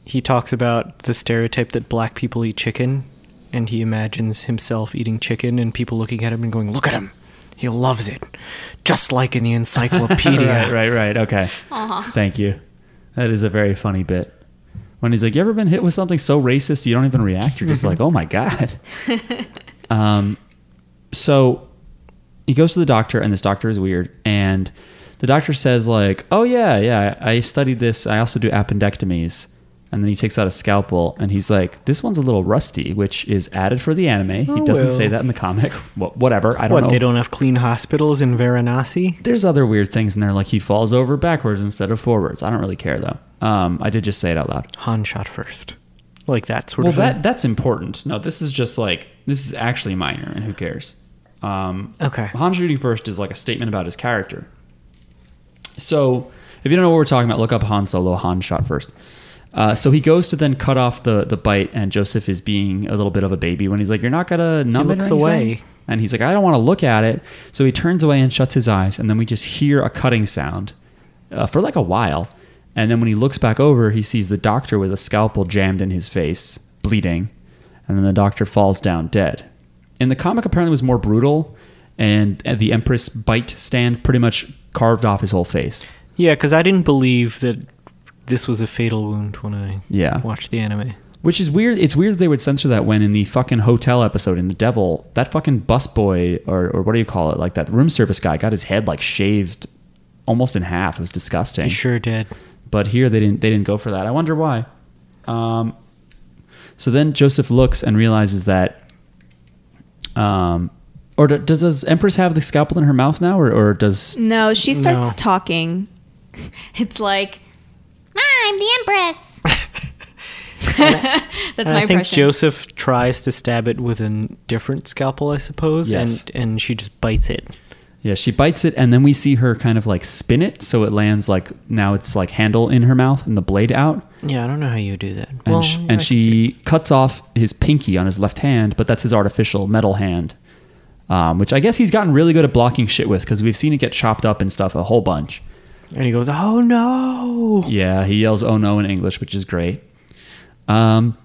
Speaker 3: he talks about the stereotype that black people eat chicken, and he imagines himself eating chicken and people looking at him and going, Look at him. He loves it. Just like in the encyclopedia.
Speaker 2: right, right, right. Okay. Thank you. That is a very funny bit. When he's like, "You ever been hit with something so racist you don't even react? You're just
Speaker 3: Mm-hmm.
Speaker 2: like, oh my god." um, so he goes to the doctor, and this doctor is weird, and the doctor says like, "Oh yeah, yeah, I studied this. I also do appendectomies." And then he takes out a scalpel and he's like, "This one's a little rusty," which is added for the anime. he
Speaker 3: Oh,
Speaker 2: doesn't
Speaker 3: well.
Speaker 2: say that in the comic. Wha- whatever. I don't
Speaker 3: What,
Speaker 2: know
Speaker 3: they don't have clean hospitals in Varanasi?
Speaker 2: there's other weird things in there, like he falls over backwards instead of forwards. I don't really care though. Um, I did just say it out loud.
Speaker 3: Han shot first. Like that sort
Speaker 2: Well,
Speaker 3: of thing.
Speaker 2: that that's important. No, this is just like this is actually minor, and who cares? Um,
Speaker 3: Okay.
Speaker 2: Han shooting first is like a statement about his character. So, if you don't know what we're talking about, look up Han Solo. Han shot first. Uh, so he goes to then cut off the the bite, and Joseph is being a little bit of a baby when he's like, "You're not gonna numb it or
Speaker 3: looks
Speaker 2: anything?"
Speaker 3: away.
Speaker 2: and he's like, "I don't want to look at it." So he turns away and shuts his eyes, and then we just hear a cutting sound uh, for like a while, and then when he looks back over, he sees the doctor with a scalpel jammed in his face, bleeding, and then the doctor falls down dead. And the comic apparently was more brutal, and uh, the Empress bite stand pretty much carved off his whole face.
Speaker 3: Yeah, because I didn't believe that this was a fatal wound when I
Speaker 2: Yeah.
Speaker 3: watched the anime.
Speaker 2: Which is weird. It's weird that they would censor that when in the fucking hotel episode in The Devil, that fucking busboy or, or what do you call it? Like that room service guy got his head like shaved almost in half. It was disgusting.
Speaker 3: You sure did.
Speaker 2: But here they didn't they didn't go for that. I wonder why. Um, so then Joseph looks and realizes that um or do- does, does Empress have the scalpel in her mouth now or, or does
Speaker 5: no, she starts
Speaker 3: No.
Speaker 5: talking. It's like "Ah,
Speaker 6: I'm the Empress.
Speaker 5: that's
Speaker 3: And
Speaker 5: my
Speaker 3: I think
Speaker 5: impression.
Speaker 3: Joseph tries to stab it with a n- different scalpel, I suppose,
Speaker 2: Yes.
Speaker 3: and and she just bites it.
Speaker 2: Yeah, she bites it, and then we see her kind of like spin it, so it lands like now it's like handle in her mouth and the blade out,
Speaker 3: Yeah, I don't know how you do that.
Speaker 2: and
Speaker 3: well,
Speaker 2: sh-
Speaker 3: I
Speaker 2: and
Speaker 3: could see-
Speaker 2: she cuts off his pinky on his left hand, but that's his artificial metal hand, um, which I guess he's gotten really good at blocking shit with because we've seen it get chopped up and stuff a whole bunch.
Speaker 3: and he goes, "Oh no!"
Speaker 2: Yeah, he yells "Oh no" in English, which is great. Um,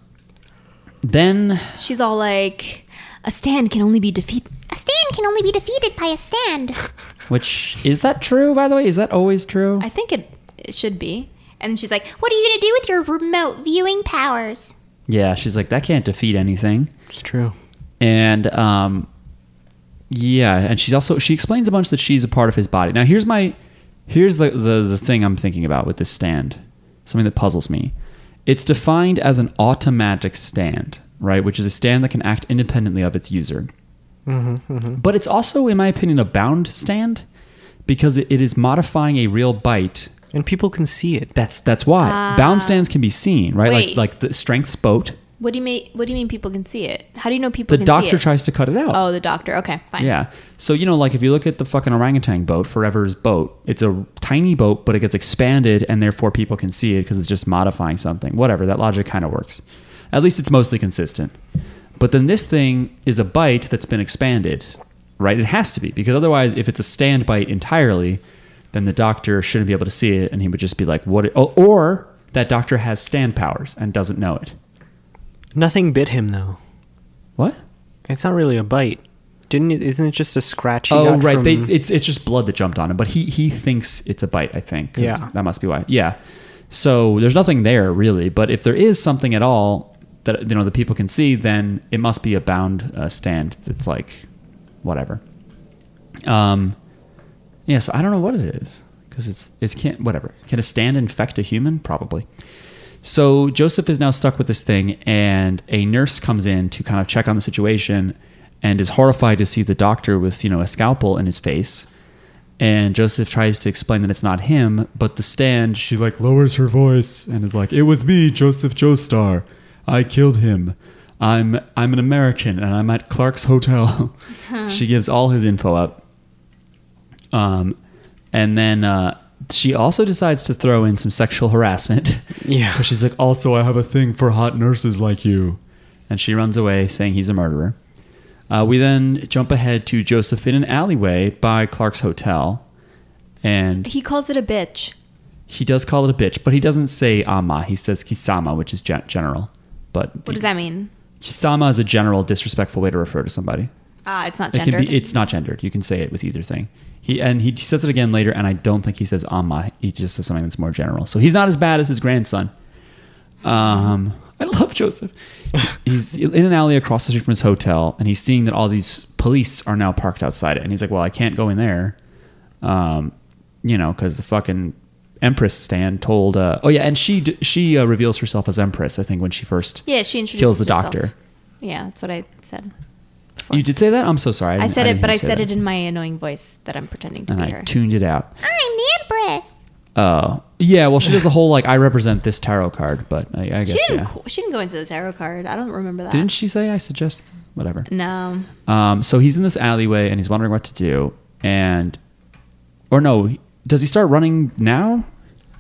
Speaker 2: then
Speaker 5: She's all like, "A stand can only be defeated."
Speaker 6: A stand can only be defeated by a stand.
Speaker 2: which is that true? By the way, is that always true?
Speaker 5: I think it it should be. And she's like,
Speaker 6: What are you gonna do with your remote viewing powers?
Speaker 2: yeah, she's like that can't defeat anything.
Speaker 3: It's true.
Speaker 2: and um yeah and she's also she explains a bunch that she's a part of his body now here's my here's the the, the thing i'm thinking about with this stand something that puzzles me it's defined as an automatic stand right which is a stand that can act independently of its user but it's also in my opinion a bound stand because it, it is modifying a real bite
Speaker 3: And people can see it.
Speaker 2: that's that's why bound stands can be seen right
Speaker 5: Ah. Wait.
Speaker 2: like like the strength spoke
Speaker 5: "What do you mean? What do you mean people can see it? How do you know people
Speaker 2: the
Speaker 5: can see
Speaker 2: doctor
Speaker 5: it?"
Speaker 2: tries to cut it out
Speaker 5: oh, the doctor. Okay, fine.
Speaker 2: Yeah. So, you know, like if you look at the fucking orangutan boat, Forever's boat, it's a tiny boat, but it gets expanded and therefore people can see it because it's just modifying something. Whatever. That logic kind of works. At least it's mostly consistent. But then this thing is a bite that's been expanded, right? It has to be because otherwise, if it's a stand bite entirely, then the doctor shouldn't be able to see it and he would just be like, what? oh, or that doctor has stand powers and doesn't know it.
Speaker 3: Nothing bit him though.
Speaker 2: What?
Speaker 3: It's not really a bite. Didn't it? Isn't it just a scratch? he
Speaker 2: Oh
Speaker 3: got
Speaker 2: right,
Speaker 3: from-
Speaker 2: they, it's it's just blood that jumped on him, but he he thinks it's a bite. I think. 'cause
Speaker 3: Yeah.
Speaker 2: that must be why. Yeah. So there's nothing there really, but if there is something at all that you know the people can see, then it must be a bound uh, stand. That's like, whatever. Um, yeah. So I don't know what it is because it's it can't whatever. Can a stand infect a human? Probably. So Joseph is now stuck with this thing, and a nurse comes in to kind of check on the situation, and is horrified to see the doctor with you know a scalpel in his face, and Joseph tries to explain that it's not him, but the stand, she like lowers her voice and is like, "It was me, Joseph Joestar. I killed him. I'm I'm an American and I'm at Clark's hotel." she gives all his info up. Um, and then uh, she also decides to throw in some sexual harassment.
Speaker 3: Yeah.
Speaker 2: Where she's like, also, I have a thing for hot nurses like you. And she runs away saying he's a murderer. Uh, we then jump ahead to Joseph in an alleyway by Clark's hotel. And
Speaker 5: He calls it a bitch.
Speaker 2: he does call it a bitch, but he doesn't say ama. He says kisama, which is gen- general. But
Speaker 5: What does that mean?
Speaker 2: kisama is a general disrespectful way to refer to somebody.
Speaker 5: Ah, it's not
Speaker 2: It
Speaker 5: gendered.
Speaker 2: can be. It's not gendered. You can say it with either thing. He and he says it again later, and I don't think he says amma. He just says something that's more general. So he's not as bad as his grandson. Um, I love Joseph. he's in an alley across the street from his hotel, and he's seeing that all these police are now parked outside it, and he's like, "Well, I can't go in there." um, you know, because the fucking Empress stand told. Uh, oh yeah, and she d- she uh, reveals herself as Empress. I think when she first
Speaker 5: yeah, she introduces
Speaker 2: kills the
Speaker 5: herself.
Speaker 2: doctor.
Speaker 5: Yeah, that's what I said.
Speaker 2: You did say that. I'm so sorry.
Speaker 5: I
Speaker 2: didn't-
Speaker 5: said
Speaker 2: didn't
Speaker 5: it, but
Speaker 2: hear
Speaker 5: I
Speaker 2: you say
Speaker 5: said
Speaker 2: that.
Speaker 5: it in my annoying voice that I'm pretending to
Speaker 2: and
Speaker 5: be
Speaker 2: I
Speaker 5: her.
Speaker 2: tuned it out.
Speaker 6: I'm the Empress.
Speaker 2: Oh yeah, well she does a whole like I represent this tarot card, but I, I guess
Speaker 5: she didn't.
Speaker 2: yeah.
Speaker 5: qu- She didn't go into the tarot card. I don't remember that.
Speaker 2: Didn't she say I suggest whatever?
Speaker 5: No.
Speaker 2: Um, so he's in this alleyway and he's wondering what to do, and or no, does he start running now?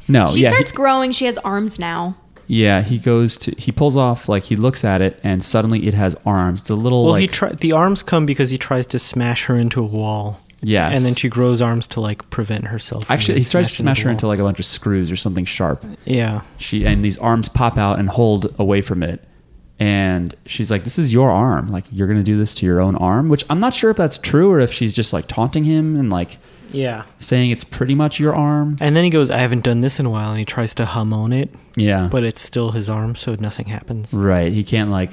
Speaker 2: No,
Speaker 5: She
Speaker 2: Oh, yeah, he-
Speaker 5: starts growing. She has arms now.
Speaker 2: Yeah, he goes to he pulls off like he looks at it and suddenly it has arms. It's a little
Speaker 3: Well,
Speaker 2: like
Speaker 3: he try- the arms come because he tries to smash her into a wall.
Speaker 2: Yes.
Speaker 3: And then she grows arms to like prevent herself. from
Speaker 2: actually he tries to
Speaker 3: smashing the
Speaker 2: smash her into
Speaker 3: wall.
Speaker 2: like a bunch of screws or something sharp.
Speaker 3: Yeah.
Speaker 2: She and these arms pop out and hold away from it. And she's like, "This is your arm. Like you're gonna do this to your own arm," which I'm not sure if that's true or if she's just like taunting him and like
Speaker 3: Yeah.
Speaker 2: saying it's pretty much your arm.
Speaker 3: And then he goes, I haven't done this in a while. And he tries to hum on it,
Speaker 2: Yeah,
Speaker 3: but it's still his arm, so nothing happens.
Speaker 2: Right. He can't like.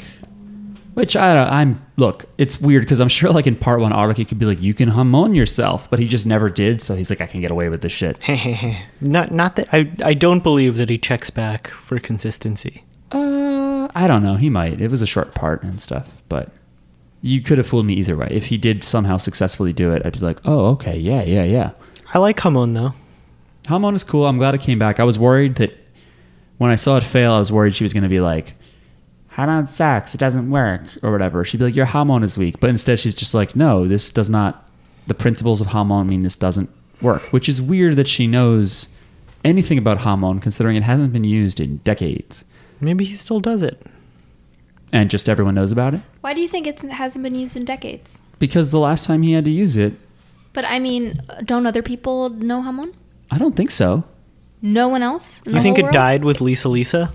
Speaker 2: Which I don't, I'm look. It's weird because I'm sure like in part one, Araki could be like, "You can hum on yourself," but he just never did. So he's like, "I can get away with this shit."
Speaker 3: Not, not that I, I don't believe that he checks back for consistency.
Speaker 2: Uh, I don't know. He might. It was a short part and stuff, but you could have fooled me either way. If he did somehow successfully do it, I'd be like, "Oh, okay, yeah, yeah, yeah."
Speaker 3: I like Hamon though.
Speaker 2: Hum on is cool. I'm glad it came back. I was worried that when I saw it fail, I was worried she was going to be like, Hamon sucks. It doesn't work or whatever. She'd be like, your Hamon is weak. But instead, she's just like, no, this does not, the principles of Hamon mean this doesn't work, which is weird that she knows anything about Hamon considering it hasn't been used in decades
Speaker 3: Maybe he still does it.
Speaker 2: and just everyone knows about it.
Speaker 4: Why do you think it's, it hasn't been used in decades?
Speaker 2: Because the last time he had to use it,
Speaker 4: But I mean, don't other people know Hamon?
Speaker 2: I don't think so.
Speaker 4: No one else? in
Speaker 3: You
Speaker 4: the
Speaker 3: think
Speaker 4: whole
Speaker 3: it
Speaker 4: world?
Speaker 3: died with Lisa Lisa?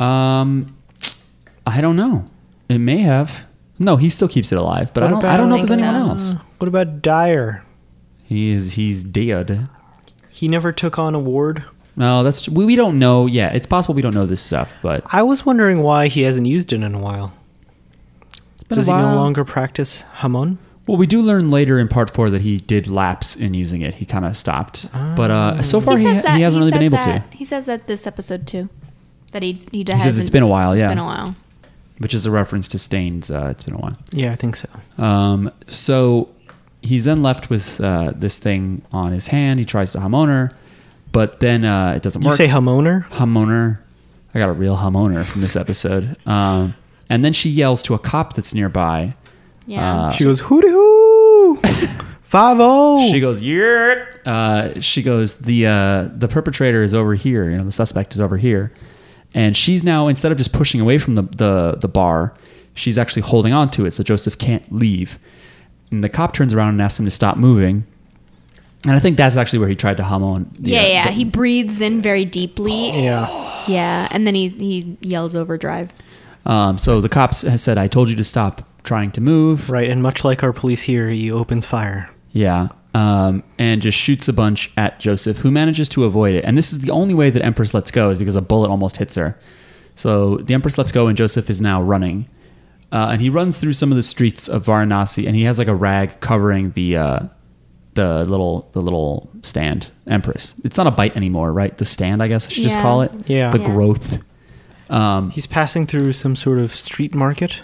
Speaker 2: Um, I don't know. It may have. No, he still keeps it alive, but I
Speaker 3: What
Speaker 2: don't, I don't know if
Speaker 3: about-
Speaker 2: there's anyone else.
Speaker 3: What about Dyer?
Speaker 2: He is he's dead.
Speaker 3: He never took on a ward.
Speaker 2: No, that's we, we don't know. Yeah, it's possible we don't know this stuff, but
Speaker 3: I was wondering why he hasn't used it in a while.
Speaker 2: it's been
Speaker 3: Does
Speaker 2: a
Speaker 3: he no
Speaker 2: while.
Speaker 3: longer practice Hamon?
Speaker 2: Well, we do learn later in part four that he did lapse in using it. He kind of stopped, but uh, so far he,
Speaker 5: says
Speaker 2: he,
Speaker 5: that-
Speaker 2: hasn't really been
Speaker 5: says
Speaker 2: able
Speaker 5: that-
Speaker 2: to,
Speaker 5: He says that this episode too, that he he,
Speaker 2: says
Speaker 5: hasn't-
Speaker 2: it's been a while, yeah.
Speaker 5: it's been a while.
Speaker 2: which is a reference to Stain's. Uh, it's been a while.
Speaker 3: Yeah, I think so.
Speaker 2: Um, so he's then left with uh, this thing on his hand. He tries to homeowner, but then uh, it doesn't
Speaker 3: You
Speaker 2: work.
Speaker 3: say Hamoner?
Speaker 2: homeowner. I got a real homeowner from this episode. Um, and then she yells to a cop that's nearby.
Speaker 5: Yeah.
Speaker 2: Uh,
Speaker 3: She goes, hoo hoo! Five oh!
Speaker 2: She goes, yeah. Uh, she goes, the uh, the perpetrator is over here. You know, the suspect is over here, and she's now instead of just pushing away from the the, the bar, she's actually holding on to it so Joseph can't leave. And the cop turns around and asks him to stop moving. And I think that's actually where he tried to hum on. the-
Speaker 5: yeah, yeah.
Speaker 2: the-
Speaker 5: he breathes in very
Speaker 2: Oh,
Speaker 5: deeply.
Speaker 3: Yeah.
Speaker 5: yeah, and then he he yells overdrive.
Speaker 2: um, so the cops has said, "I told you to stop trying to move."
Speaker 3: Right, and much like our police here, he opens fire.
Speaker 2: Yeah. Um, and just shoots a bunch at Joseph, who manages to avoid it. And this is the only way that Empress lets go is because a bullet almost hits her. So the Empress lets go, and Joseph is now running. Uh, and he runs through some of the streets of Varanasi, and he has like a rag covering the uh, the little the little stand Empress. It's not a bite anymore, right? The stand, I guess I should just
Speaker 5: Yeah.
Speaker 2: call it.
Speaker 3: Yeah.
Speaker 2: The
Speaker 3: Yeah.
Speaker 2: growth. Um,
Speaker 3: He's passing through some sort of street market.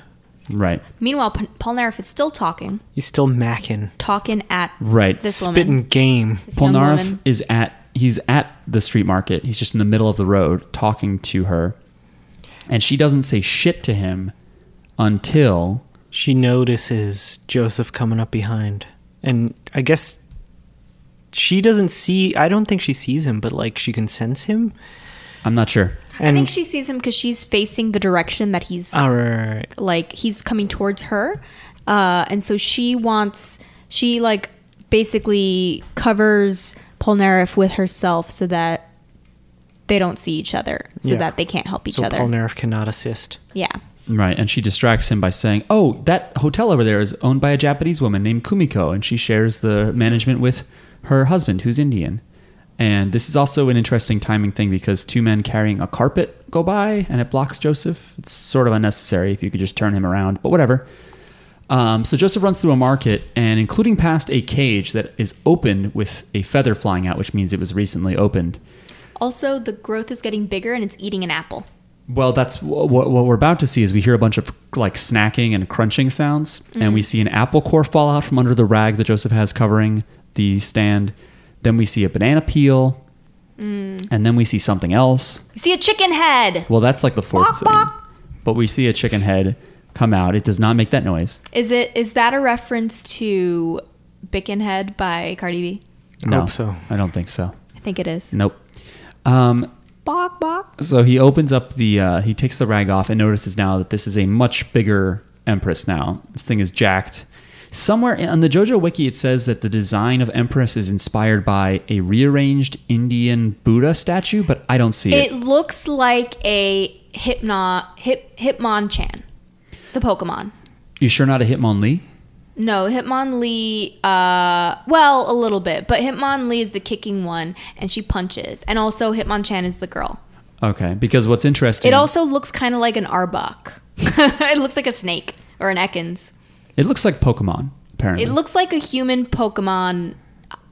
Speaker 2: Right.
Speaker 5: Meanwhile, P- Paul Narefit's still talking,
Speaker 3: He's still macking,
Speaker 5: talking at
Speaker 2: Right.
Speaker 5: this
Speaker 3: spitting
Speaker 5: woman.
Speaker 3: game.
Speaker 5: This young
Speaker 2: Polnareff
Speaker 5: woman.
Speaker 2: is at he's at the street market. He's just in the middle of the road talking to her, and she doesn't say shit to him until
Speaker 3: She notices Joseph coming up behind, and I guess she doesn't see. I don't think she sees him, but like she can sense him.
Speaker 2: I'm not sure.
Speaker 5: I
Speaker 3: And Uh.
Speaker 5: think she sees him because she's facing the direction that he's
Speaker 3: All right, right, right.
Speaker 5: like he's coming towards her uh, and so she wants she like basically covers polnareff with herself so that they don't see each other so
Speaker 3: Yeah.
Speaker 5: that they can't help each
Speaker 3: so
Speaker 5: other
Speaker 3: Polnareff cannot assist.
Speaker 5: yeah
Speaker 2: Right, and she distracts him by saying, "Oh, that hotel over there is owned by a Japanese woman named Kumiko, and she shares the management with her husband, who's Indian." And this is also an interesting timing thing because two men carrying a carpet go by, and it blocks Joseph. It's sort of unnecessary if you could just turn him around, but whatever. Um, so Joseph runs through a market, and including past a cage that is opened with a feather flying out, which means it was recently opened.
Speaker 5: also the growth is getting bigger and it's eating an apple
Speaker 2: Well, that's what, what we're about to see is we hear a bunch of like snacking and crunching sounds, and we see an apple core fall out from under the rag that Joseph has covering the stand. Then we see a banana peel, and then we see something else.
Speaker 5: you see a chicken head
Speaker 2: Well, that's like the fourth thing, but we see a chicken head come out. It does not make that noise.
Speaker 5: is it is that a reference to bicken head by cardi b
Speaker 2: No,
Speaker 3: Hope so.
Speaker 2: I don't think so.
Speaker 5: i think it is
Speaker 2: Nope. Um,
Speaker 5: bok bok
Speaker 2: So he opens up the, uh, he takes the rag off and notices now that this is a much bigger Empress now. This thing is jacked. Somewhere in- on the JoJo Wiki, it says that the design of Empress is inspired by a rearranged Indian Buddha statue, but I don't see it.
Speaker 5: it looks like a hypno hip hitmonchan the pokemon
Speaker 2: You sure not a Hitmonlee?
Speaker 5: No, Hitmonlee. Uh, well, a little bit, but Hitmonlee is the kicking one, and she punches. And also, Hitmonchan is the girl.
Speaker 2: Okay, because what's interesting,
Speaker 5: It also looks kind of like an Arbok. it looks like a snake or an Ekans.
Speaker 2: it looks like Pokemon. Apparently,
Speaker 5: It looks like a human Pokemon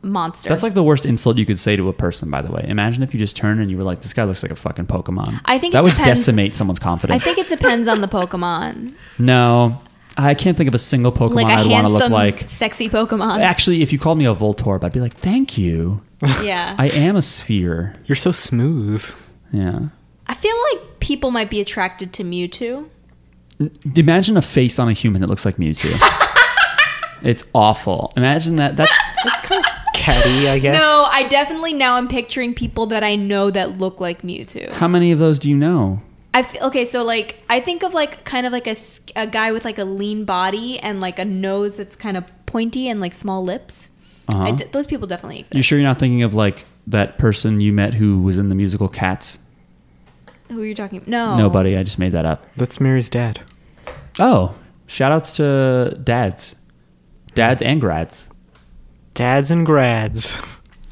Speaker 5: monster.
Speaker 2: Mm. that's like the worst insult you could say to a person. By the way, imagine if you just turned and you were like, "This guy looks like a fucking Pokemon."
Speaker 5: I think
Speaker 2: that
Speaker 5: it
Speaker 2: would
Speaker 5: depends-
Speaker 2: decimate someone's
Speaker 5: I
Speaker 2: confidence.
Speaker 5: think it depends on the Pokemon.
Speaker 2: no, I can't think of a single Pokemon
Speaker 5: Like a
Speaker 2: I'd want to
Speaker 5: handsome,
Speaker 2: look like.
Speaker 5: sexy Pokemon.
Speaker 2: Actually, if you called me a Voltorb, I'd be like, "Thank you.
Speaker 5: yeah.
Speaker 2: I am a sphere."
Speaker 3: You're so smooth.
Speaker 2: Yeah.
Speaker 5: I feel like people might be attracted to Mewtwo.
Speaker 2: Imagine a face on a human that looks like Mewtwo. it's awful. Imagine that. That's
Speaker 3: Caddy, I guess.
Speaker 5: No, I definitely now am picturing people that I know that look like Mewtwo.
Speaker 2: how many of those do you know?
Speaker 5: I f- okay, so like I think of like kind of like a, s- a guy with like a lean body and like a nose that's kind of pointy and like small lips.
Speaker 2: Uh-huh.
Speaker 5: I d- those people definitely exist.
Speaker 2: You sure you're not thinking of like that person you met who was in the musical Cats?
Speaker 5: Who are you talking? No,
Speaker 2: Nobody. I just made that up.
Speaker 3: That's Mary's dad.
Speaker 2: Oh, shout outs to dads, dads and grads.
Speaker 3: Dads and grads.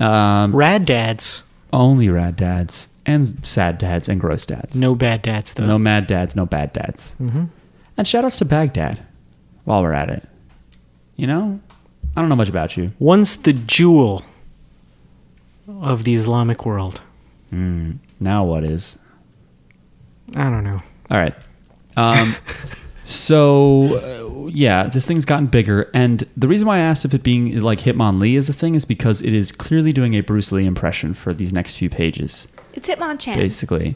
Speaker 2: Um,
Speaker 3: Rad dads.
Speaker 2: only rad dads and sad dads and gross dads.
Speaker 3: No bad dads, though.
Speaker 2: No mad dads, no bad dads. Mm-hmm. And shout outs to Baghdad while we're at it. You know, I don't know much about you.
Speaker 3: One's the jewel of the Islamic world.
Speaker 2: Now what is?
Speaker 3: I don't know.
Speaker 2: All right. Um, so, uh, yeah, this thing's gotten bigger. And the reason why I asked if it being like Hitmonlee is a thing is because it is clearly doing a Bruce Lee impression for these next few pages.
Speaker 5: it's Hitmonchan.
Speaker 2: basically,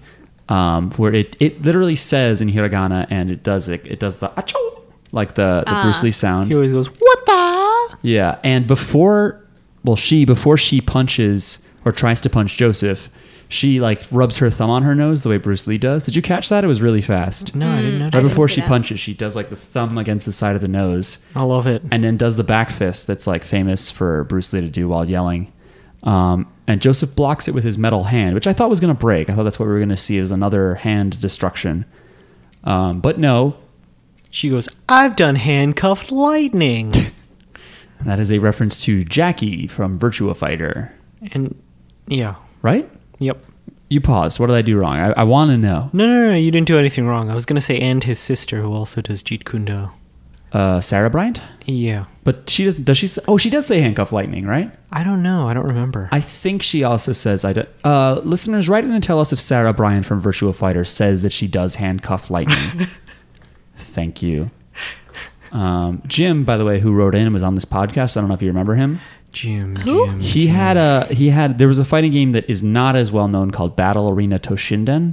Speaker 2: um, where it, it literally says in hiragana and it does it it does the achoo like the, the Bruce Lee sound.
Speaker 3: He always goes, What the?
Speaker 2: Yeah, and before, well, she before she punches or tries to punch Joseph, she like rubs her thumb on her nose the way Bruce Lee does. Did you catch that? It was really fast.
Speaker 3: No, Mm-hmm. I didn't
Speaker 2: Right
Speaker 3: notice.
Speaker 2: before
Speaker 5: see
Speaker 2: she
Speaker 5: that.
Speaker 2: punches, she does like the thumb against the side of the nose,
Speaker 3: I love it.
Speaker 2: and then does the back fist that's like famous for Bruce Lee to do while yelling. Um, and Joseph blocks it with his metal hand, which I thought was going to break. I thought that's what we were going to see is another hand destruction. Um, but no,
Speaker 3: She goes, I've done handcuffed lightning.
Speaker 2: that is a reference to Jackie from Virtua Fighter,
Speaker 3: and yeah.
Speaker 2: right?
Speaker 3: Yep.
Speaker 2: You paused. What did I do wrong? I, I want to know.
Speaker 3: No, no, no, you didn't do anything wrong. I was going to say, and his sister, who also does Jeet Kune Do.
Speaker 2: Uh, Sarah Bryant,
Speaker 3: Yeah.
Speaker 2: but she doesn't. Does she? Say, oh, she does say handcuff lightning, right?
Speaker 3: I don't know. I don't remember.
Speaker 2: I think she also says I don't. Uh, listeners, write in and tell us if Sarah Bryant from Virtua Fighter says that she does handcuff lightning. Thank you. Um, Jim, by the way, who wrote in and was on this podcast, I don't know if you remember him.
Speaker 3: Jim. Jim.
Speaker 2: He had a he had there was a fighting game that is not as well known called Battle Arena Toshinden.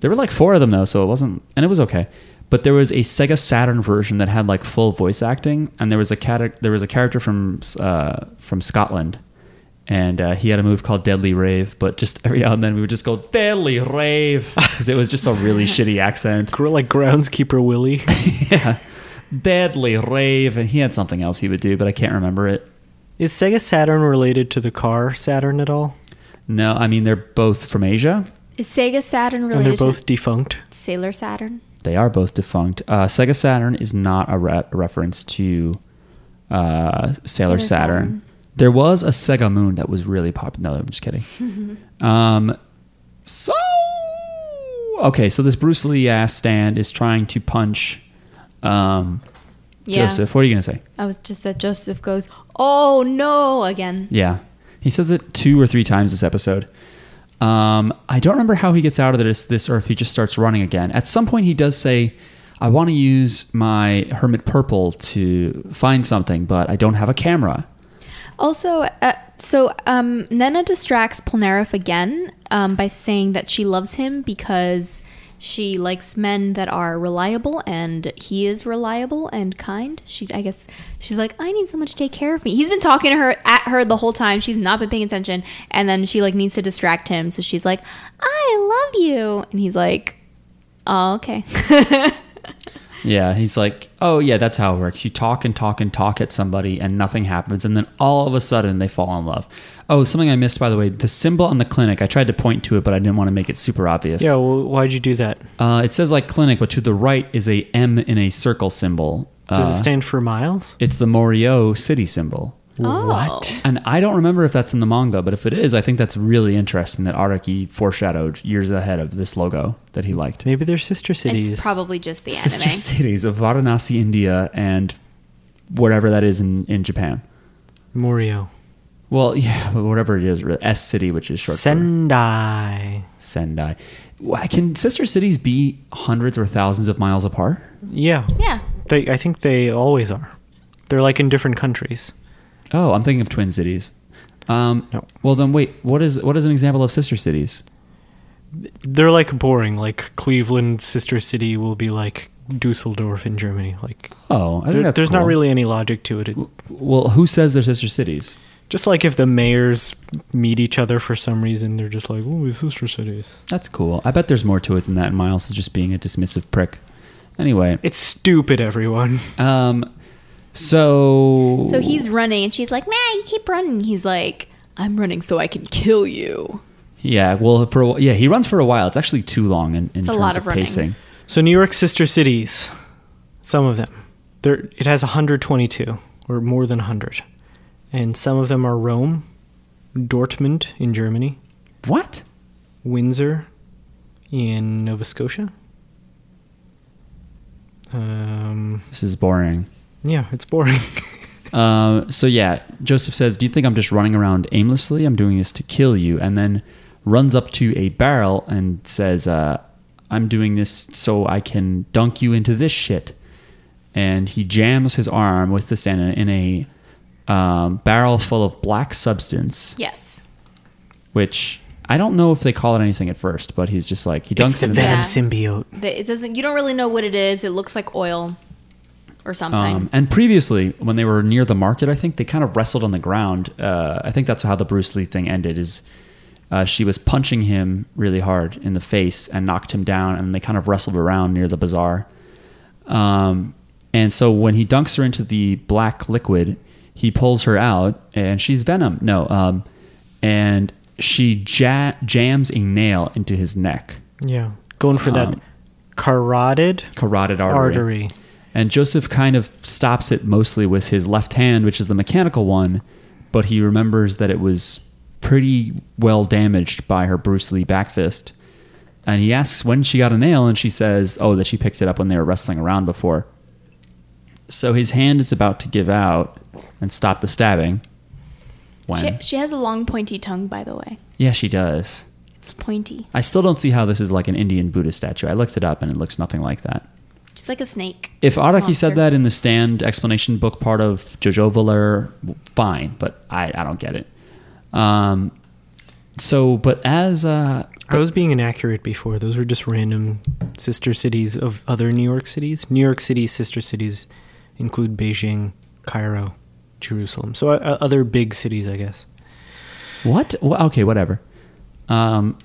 Speaker 2: There were like four of them though, so it wasn't and it was okay. But there was a Sega Saturn version that had like full voice acting, and there was a cat there was a character from uh, from Scotland, and uh, he had a move called Deadly Rave. But just every now and then we would just go Deadly Rave because it was just a really shitty accent.
Speaker 3: Gr- like groundskeeper Willie.
Speaker 2: Yeah, Deadly Rave, and he had something else he would do, but I can't remember it.
Speaker 3: Is Sega Saturn related to the car Saturn at all?
Speaker 2: No, I mean they're both from Asia.
Speaker 4: Is Sega Saturn
Speaker 3: And they're
Speaker 4: related
Speaker 3: both defunct.
Speaker 4: to Sailor Saturn?
Speaker 2: They are both defunct. Uh, Sega Saturn is not a, re- a reference to uh, Sailor
Speaker 4: Sailor
Speaker 2: Saturn.
Speaker 4: Saturn.
Speaker 2: There was a Sega Moon that was really popular. No, I'm just kidding. um, so okay, so this Bruce Lee ass stand is trying to punch um,
Speaker 4: Yeah.
Speaker 2: Joseph. What are you gonna say?
Speaker 4: I was just that Joseph goes, oh no, again.
Speaker 2: Yeah, he says it two or three times this episode. Um, I don't remember how he gets out of this, this, or if he just starts running again. At some point, he does say, "I want to use my hermit purple to find something, but I don't have a camera."
Speaker 4: Also, uh, so um, Nena distracts Polnareff again um, by saying that she loves him because she likes men that are reliable and he is reliable and kind. She, I guess, she's like, I need someone to take care of me. He's been talking to her at her the whole time. She's not been paying attention, and then she like needs to distract him. So she's like, I love you, and he's like, Oh, okay.
Speaker 2: Yeah, he's like, "Oh yeah, that's how it works. You talk and talk and talk at somebody, and nothing happens, and then all of a sudden they fall in love." Oh, something I missed by the way: the symbol on the clinic. I tried to point to it, but I didn't want to make it super obvious.
Speaker 3: Yeah, well, why'd you do that?
Speaker 2: Uh, it says like clinic, but to the right is a M in a circle symbol.
Speaker 3: Does
Speaker 2: Uh,
Speaker 3: it stand for miles?
Speaker 2: It's the Morio city symbol.
Speaker 5: Oh.
Speaker 4: Oh.
Speaker 3: What?
Speaker 2: And I don't remember if that's in the manga, but if it is, I think that's really interesting that Araki foreshadowed years ahead of this logo that he liked.
Speaker 3: Maybe they're sister cities.
Speaker 4: it's probably just the
Speaker 2: Sister
Speaker 4: anime.
Speaker 2: cities of Varanasi, India, and whatever that is in, in Japan.
Speaker 3: Morio.
Speaker 2: Well, yeah, but whatever it is, really. S City, which is short for
Speaker 3: Sendai.
Speaker 2: Sendai. Why- Can sister cities be hundreds or thousands of miles apart?
Speaker 3: Yeah.
Speaker 4: Yeah.
Speaker 3: They, I think they always are. They're like in different countries.
Speaker 2: Oh, I'm thinking of Twin Cities. Um,
Speaker 3: No.
Speaker 2: Well, then wait. What is what is an example of sister cities?
Speaker 3: They're like boring. Like Cleveland sister city will be like Dusseldorf in Germany. Like
Speaker 2: Oh, I think
Speaker 3: there-
Speaker 2: that's
Speaker 3: there's not
Speaker 2: cool.
Speaker 3: really any logic to it. it.
Speaker 2: Well, who says they're sister cities?
Speaker 3: Just like if the mayors meet each other for some reason, they're just like, "Oh, we're sister cities."
Speaker 2: That's cool. I bet there's more to it than that. And Miles is just being a dismissive prick. Anyway,
Speaker 3: It's stupid, everyone.
Speaker 2: um, so
Speaker 4: So he's running, and she's like, "Man, you keep running." He's like, "I'm running so I can kill you."
Speaker 2: yeah. Well, for a wh- yeah, he runs for a while. It's actually too long in, in
Speaker 4: a
Speaker 2: terms
Speaker 4: lot
Speaker 2: of,
Speaker 4: of running.
Speaker 2: pacing.
Speaker 3: So New York sister cities, some of them, there it has 122 or more than 100, and some of them are Rome, Dortmund in Germany,
Speaker 2: What?
Speaker 3: Windsor in Nova Scotia. Um,
Speaker 2: This is boring.
Speaker 3: yeah, it's boring.
Speaker 2: Um, so yeah, Joseph says, "Do you think I'm just running around aimlessly? I'm doing this to kill you." And then runs up to a barrel and says, uh, "I'm doing this so I can dunk you into this shit." And he jams his arm with the stand in a um, barrel full of black substance,
Speaker 4: Yes.
Speaker 2: which I don't know if they call it anything at first, but he's just like he dunks
Speaker 3: it's the
Speaker 2: it in the-
Speaker 3: venom
Speaker 4: Yeah.
Speaker 3: symbiote.
Speaker 4: The- It doesn't. You don't really know what it is. It looks like oil, or something.
Speaker 2: Um, and previously, when they were near the market, I think they kind of wrestled on the ground. Uh, I think that's how the Bruce Lee thing ended. Is uh, she was punching him really hard in the face and knocked him down, and they kind of wrestled around near the bazaar. Um, and so when he dunks her into the black liquid, he pulls her out, and she's Venom. No, um, and she ja- jams a nail into his neck,
Speaker 3: Yeah, going for that
Speaker 2: Um,
Speaker 3: carotid
Speaker 2: carotid
Speaker 3: artery.
Speaker 2: And Joseph kind of stops it mostly with his left hand, which is the mechanical one, but he remembers that it was pretty well damaged by her Bruce Lee back fist. And he asks when she got a nail, and she says, oh, that she picked it up when they were wrestling around before. So his hand is about to give out and stop the stabbing.
Speaker 4: she,
Speaker 2: When?
Speaker 4: she has a long pointy tongue, by the way.
Speaker 2: yeah, she does.
Speaker 4: It's pointy.
Speaker 2: I still don't see how this is like an Indian Buddhist statue. I looked it up and it looks nothing like that.
Speaker 5: Just like a snake.
Speaker 2: If Araki
Speaker 5: Monster.
Speaker 2: said that in the stand explanation book part of Jojo Valor, fine, but I, I don't get it. Um, so, but as uh,
Speaker 3: I was being inaccurate before. Those were just random sister cities of other New York cities. New York City's sister cities include Beijing, Cairo, Jerusalem. So uh, other big cities, I guess.
Speaker 2: what? Well, okay, whatever. Um,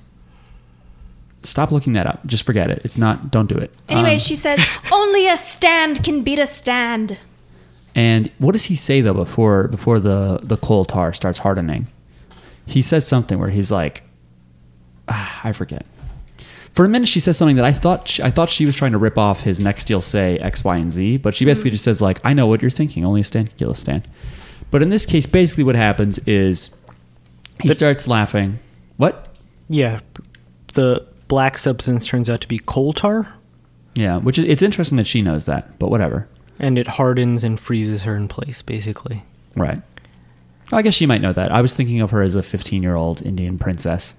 Speaker 2: stop looking that up. Just forget it. It's not. Don't do it.
Speaker 5: Anyway,
Speaker 2: Um,
Speaker 5: she says, only a stand can beat a stand.
Speaker 2: And what does he say though before before the the coal tar starts hardening? He says something where he's like, ah, I forget. For a minute, she says something that I thought she, I thought she was trying to rip off his next deal, say X, Y, and Z. But she basically just says like, I know what you're thinking. Only a stand can kill a stand. But in this case, basically what happens is he
Speaker 3: But-
Speaker 2: starts laughing. What?
Speaker 3: Yeah, the black substance turns out to be coal tar,
Speaker 2: Yeah, which is it's interesting that she knows that, but whatever.
Speaker 3: and it hardens and freezes her in place, basically.
Speaker 2: Right. Oh, I guess she might know that. I was thinking of her as a 15 year old Indian princess.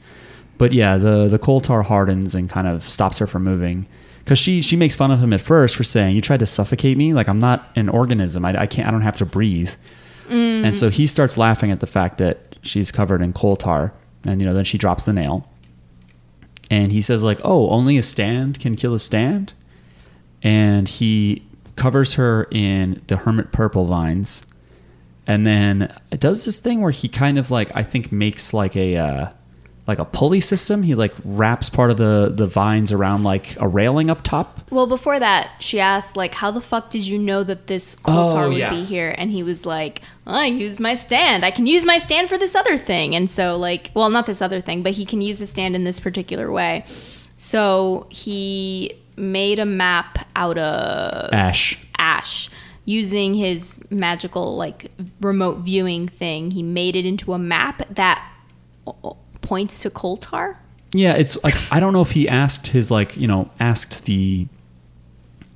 Speaker 2: But yeah, the, the coal tar hardens and kind of stops her from moving. Because she, she makes fun of him at first for saying, You tried to suffocate me? Like, I'm not an organism. I, I can't, I don't have to breathe. And so he starts laughing at the fact that she's covered in coal tar. And, you know, then she drops the nail. And he says, like, oh, only a stand can kill a stand. And he covers her in the hermit purple vines. And then it does this thing where he kind of like, I think makes like a, uh, like a pulley system. He like wraps part of the, the vines around like a railing up top.
Speaker 5: Well, before that, she asked, like, how the fuck did you know that this coal tar
Speaker 2: Oh,
Speaker 5: would
Speaker 2: yeah.
Speaker 5: be here? And he was like, "Oh, I use my stand. I can use my stand for this other thing. And so, like, well, not this other thing, but he can use the stand in this particular way. So he made a map out of
Speaker 2: Ash.
Speaker 5: ash using his magical like remote viewing thing he made it into a map that o- points to koltar
Speaker 2: Yeah, it's like I don't know if he asked his like you know asked the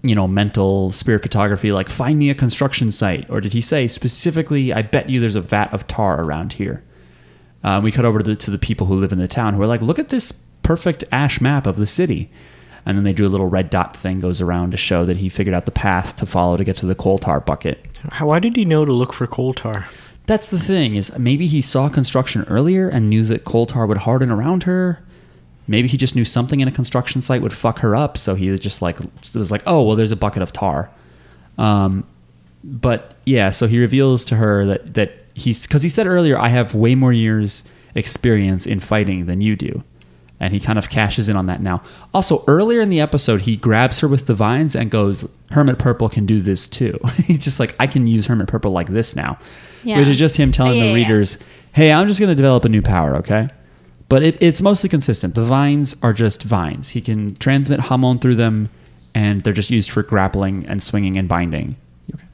Speaker 2: you know mental spirit photography like find me a construction site or did he say specifically I bet you there's a vat of tar around here. Um, we cut over to the, to the people who live in the town who are like look at this perfect ash map of the city. And then they do a little red dot thing goes around to show that he figured out the path to follow to get to the coal tar bucket.
Speaker 3: How, why did he know to look for coal tar?
Speaker 2: That's the thing is maybe he saw construction earlier and knew that coal tar would harden around her. Maybe he just knew something in a construction site would fuck her up, so he just like was like, "Oh, well, there's a bucket of tar." Um, but yeah, so he reveals to her that that he's because he said earlier, "I have way more years experience in fighting than you do," and he kind of cashes in on that now. Also, earlier in the episode, he grabs her with the vines and goes, "Hermit Purple can do this too." he's just like, "I can use Hermit Purple like this now,"
Speaker 5: Yeah.
Speaker 2: which is just him telling
Speaker 5: Yeah,
Speaker 2: the
Speaker 5: yeah, yeah.
Speaker 2: readers, "Hey, I'm just going to develop a new power, okay?" But it, it's mostly consistent. The vines are just vines. He can transmit hamon through them, and they're just used for grappling and swinging and binding. You okay?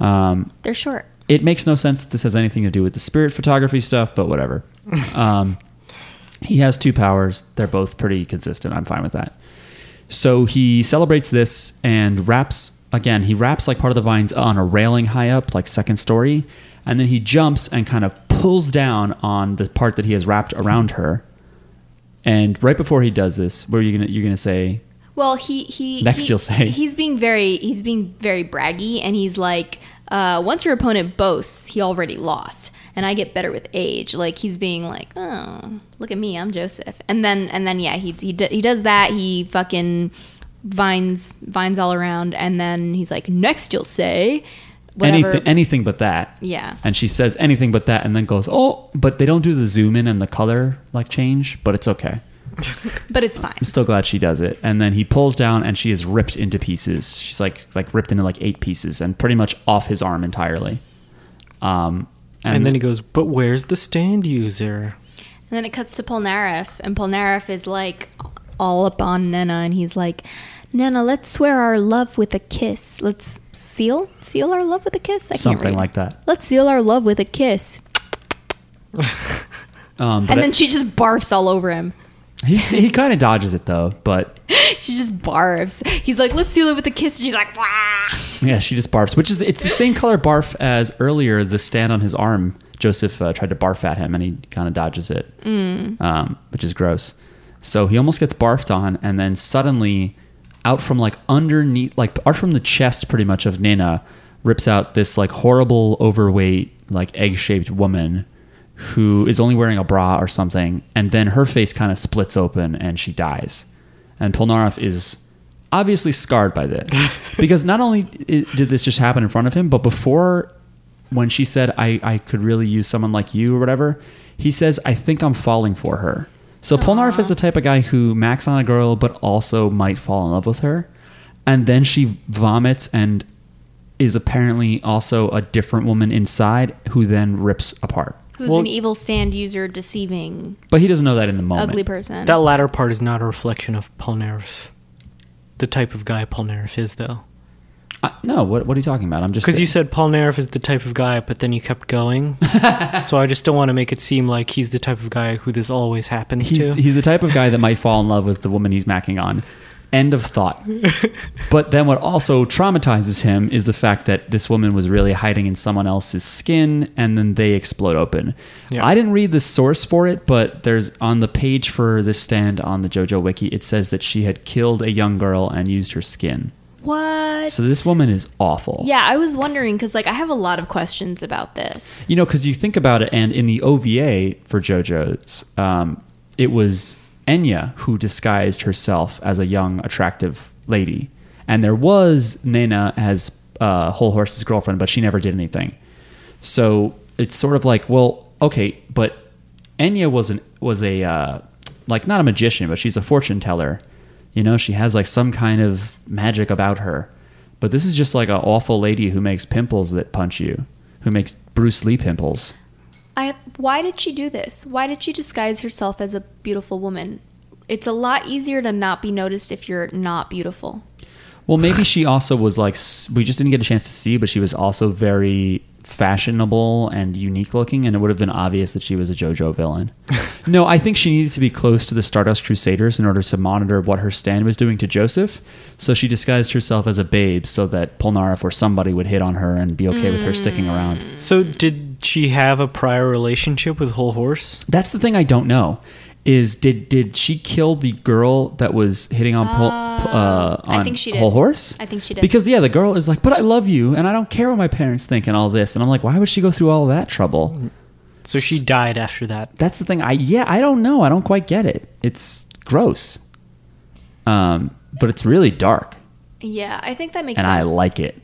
Speaker 2: Um,
Speaker 5: they're short
Speaker 2: it makes no sense that this has anything to do with the spirit photography stuff, but whatever. um, he has two powers. They're both pretty consistent. I'm fine with that. So he celebrates this and wraps again. He wraps like part of the vines on a railing high up, like second story, and then he jumps and kind of pulls down on the part that he has wrapped around her. And right before he does this, where are you gonna you're gonna say
Speaker 5: well he he
Speaker 2: Next
Speaker 5: he-
Speaker 2: you'll say.
Speaker 5: he's being very he's being very braggy and he's like uh, once your opponent boasts he already lost and i get better with age like he's being like oh look at me i'm joseph and then and then yeah he he, d- he does that he fucking vines vines all around and then he's like next you'll say whatever
Speaker 2: anything anything but that?
Speaker 5: yeah
Speaker 2: and she says anything but that and then goes oh but they don't do the zoom in and the color like change but it's okay
Speaker 5: but it's fine
Speaker 2: i'm still glad she does it and then he pulls down and she is ripped into pieces she's like like ripped into like eight pieces and pretty much off his arm entirely um
Speaker 3: And, then he goes, "But where's the stand user?"
Speaker 5: And then it cuts to Polnareff, and Polnareff is like all up on Nena, and he's like,
Speaker 7: Nana, let's swear our love with a kiss. Let's seal seal our love with a kiss. I can't
Speaker 2: something
Speaker 7: read.
Speaker 2: like that
Speaker 7: let's seal our love with a kiss.
Speaker 2: um but
Speaker 5: and
Speaker 2: it-
Speaker 5: then she just barfs all over him.
Speaker 2: he, he kind of dodges it though but
Speaker 5: She just barfs. He's like, let's seal it with a kiss, and she's like, "Wah."
Speaker 2: yeah she just barfs which is it's the same color barf as earlier the stand on his arm joseph uh, tried to barf at him and he kind of dodges it um, which is gross. So he almost gets barfed on, and then suddenly out from like underneath, like out from the chest, pretty much of Nina, rips out this like horrible, overweight, like egg-shaped woman who is only wearing a bra or something, and then her face kind of splits open and she dies. And Polnareff is obviously scarred by this because not only i- did this just happen in front of him, but before when she said, I, I could really use someone like you or whatever, he says, I think I'm falling for her. So Polnareff is the type of guy who macks on a girl, but also might fall in love with her. And then she vomits and is apparently also a different woman inside who then rips apart.
Speaker 5: Who's
Speaker 3: Well-
Speaker 5: an evil stand user, deceiving,
Speaker 2: But he doesn't know that in the moment.
Speaker 5: ugly person?
Speaker 3: That latter part is not a reflection of Polnareff, the type of guy Polnareff is, though.
Speaker 2: Uh, no, what, what are you talking about? I'm just
Speaker 3: Because you said Polnareff is the type of guy, but then you kept going. so I just don't want to make it seem like he's the type of guy who this always happens
Speaker 2: he's,
Speaker 3: to.
Speaker 2: he's the type of guy that might fall in love with the woman he's macking on. End of thought. but then what also traumatizes him is the fact that this woman was really hiding in someone else's skin and then they explode open.
Speaker 3: Yeah.
Speaker 2: I didn't read the source for it, but there's on the page for this stand on the JoJo wiki, it says that she had killed a young girl and used her skin.
Speaker 5: what?
Speaker 2: So this woman is awful.
Speaker 5: yeah, I was wondering because like I have a lot of questions about this.
Speaker 2: You know, because you think about it, and in the OVA for JoJo's, um, it was Enya who disguised herself as a young, attractive lady, and there was Nena as uh, Whole Horse's girlfriend, but she never did anything. So it's sort of like, well, okay, but Enya was an was a uh, like not a magician, but she's a fortune teller. You know, she has like some kind of magic about her. But this is just like an awful lady who makes pimples that punch you, who makes Bruce Lee pimples.
Speaker 5: I why did she do this? Why did she disguise herself as a beautiful woman? It's a lot easier to not be noticed if you're not beautiful.
Speaker 2: Well, maybe she also was like s- we just didn't get a chance to see, but she was also very fashionable and unique looking, and it would have been obvious that she was a JoJo villain. no, I think she needed to be close to the Stardust Crusaders in order to monitor what her stand was doing to Joseph. So she disguised herself as a babe so that Polnareff or somebody would hit on her and be okay with her sticking around.
Speaker 5: Mm.
Speaker 3: so did she have a prior relationship with Whole Horse?
Speaker 2: That's the thing I don't know. Is did did she kill the girl that was hitting on Pol- uh, on
Speaker 5: I think she did.
Speaker 2: whole horse?
Speaker 5: I think she did.
Speaker 2: Because yeah, the girl is like, "But I love you, and I don't care what my parents think, and all this." And I'm like, "Why would she go through all that trouble?"
Speaker 3: So she died after that.
Speaker 2: That's the thing. I yeah, I don't know. I don't quite get it. It's gross, um, but it's really dark,
Speaker 5: yeah, I think that makes
Speaker 2: and
Speaker 5: sense.
Speaker 2: I like it.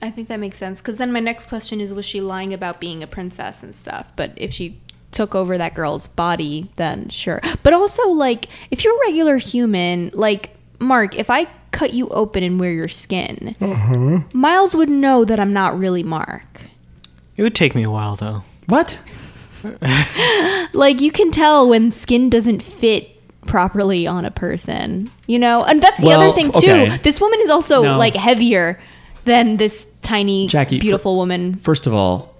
Speaker 5: I think that makes sense because then my next question is: Was she lying about being a princess and stuff? But if she took over that girl's body, then sure. But also, like, if you're a regular human, like Mark, if I cut you open and wear your skin, Miles would know that I'm not really Mark.
Speaker 3: It would take me a while, though.
Speaker 2: What?
Speaker 5: Like, you can tell when skin doesn't fit properly on a person, you know. And that's the
Speaker 2: Well,
Speaker 5: other thing too.
Speaker 2: okay.
Speaker 5: This woman is also
Speaker 2: No.
Speaker 5: like heavier than this tiny,
Speaker 2: Jackie,
Speaker 5: beautiful woman
Speaker 2: First of all,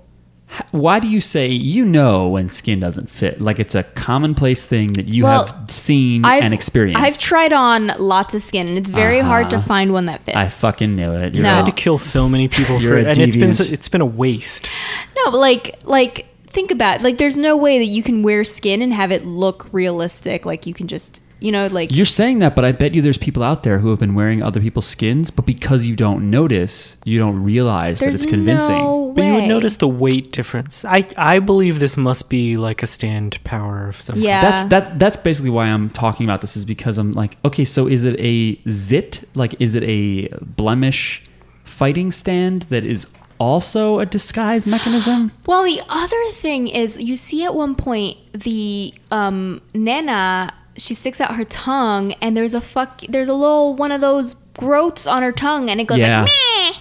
Speaker 2: h- why do you say you know when skin doesn't fit? Like it's a commonplace thing that you
Speaker 5: Well,
Speaker 2: have seen Mm, and experienced.
Speaker 5: I've tried on lots of skin, and it's very hard to find one that fits.
Speaker 2: I fucking knew it. You're
Speaker 5: No.
Speaker 3: I
Speaker 2: right.
Speaker 3: had to kill so many people
Speaker 2: You're
Speaker 3: for
Speaker 2: a
Speaker 3: it, and it's been
Speaker 2: deviant.
Speaker 3: so, it's been a waste.
Speaker 5: no, but like like think about it. like there's no way that you can wear skin and have it look realistic. Like you can just you know like
Speaker 2: You're saying that, but I bet you there's people out there who have been wearing other people's skins, but because you don't notice, you don't realize
Speaker 5: there's
Speaker 2: that it's convincing.
Speaker 5: no
Speaker 3: But you would
Speaker 5: way.
Speaker 3: notice the weight difference. I I believe this must be like a stand power of some. kind.
Speaker 5: Yeah.
Speaker 2: That's that. That's basically why I'm talking about this is because I'm like, okay, so is it a zit? Like, is it a blemish fighting stand that is also a disguise mechanism?
Speaker 5: Well, the other thing is, you see at one point the um, Nana, she sticks out her tongue, and there's a fuck, there's a little one of those growths on her tongue, and it goes
Speaker 2: yeah,
Speaker 5: like,
Speaker 6: Meh.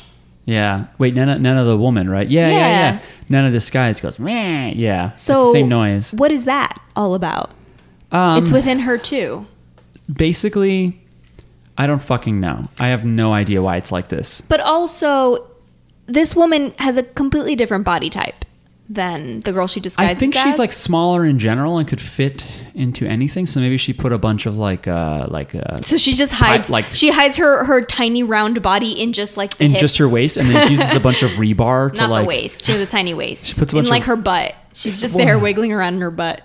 Speaker 2: yeah. Wait, Nana, Nana the woman, right? Yeah, yeah,
Speaker 5: Yeah.
Speaker 2: yeah. Nana disguise goes, Meh. yeah. It's the
Speaker 5: so
Speaker 2: same noise.
Speaker 5: What is that all about?
Speaker 2: Um,
Speaker 5: it's within her too.
Speaker 2: basically, I don't fucking know. I have no idea why it's like this.
Speaker 5: But also, this woman has a completely different body type than the girl she disguises
Speaker 2: I think
Speaker 5: as.
Speaker 2: she's like smaller in general and could fit into anything. So maybe she put a bunch of like, uh, like uh,
Speaker 5: so she just hides
Speaker 2: Hi- like-
Speaker 5: she hides her her tiny round body in just like the
Speaker 2: in just
Speaker 5: hips.
Speaker 2: her waist, and then she uses a bunch of rebar to
Speaker 5: not
Speaker 2: like.
Speaker 5: the waist. She has a tiny waist.
Speaker 2: puts a
Speaker 5: in
Speaker 2: bunch
Speaker 5: like
Speaker 2: of-
Speaker 5: her butt. She's just there wiggling around in her butt.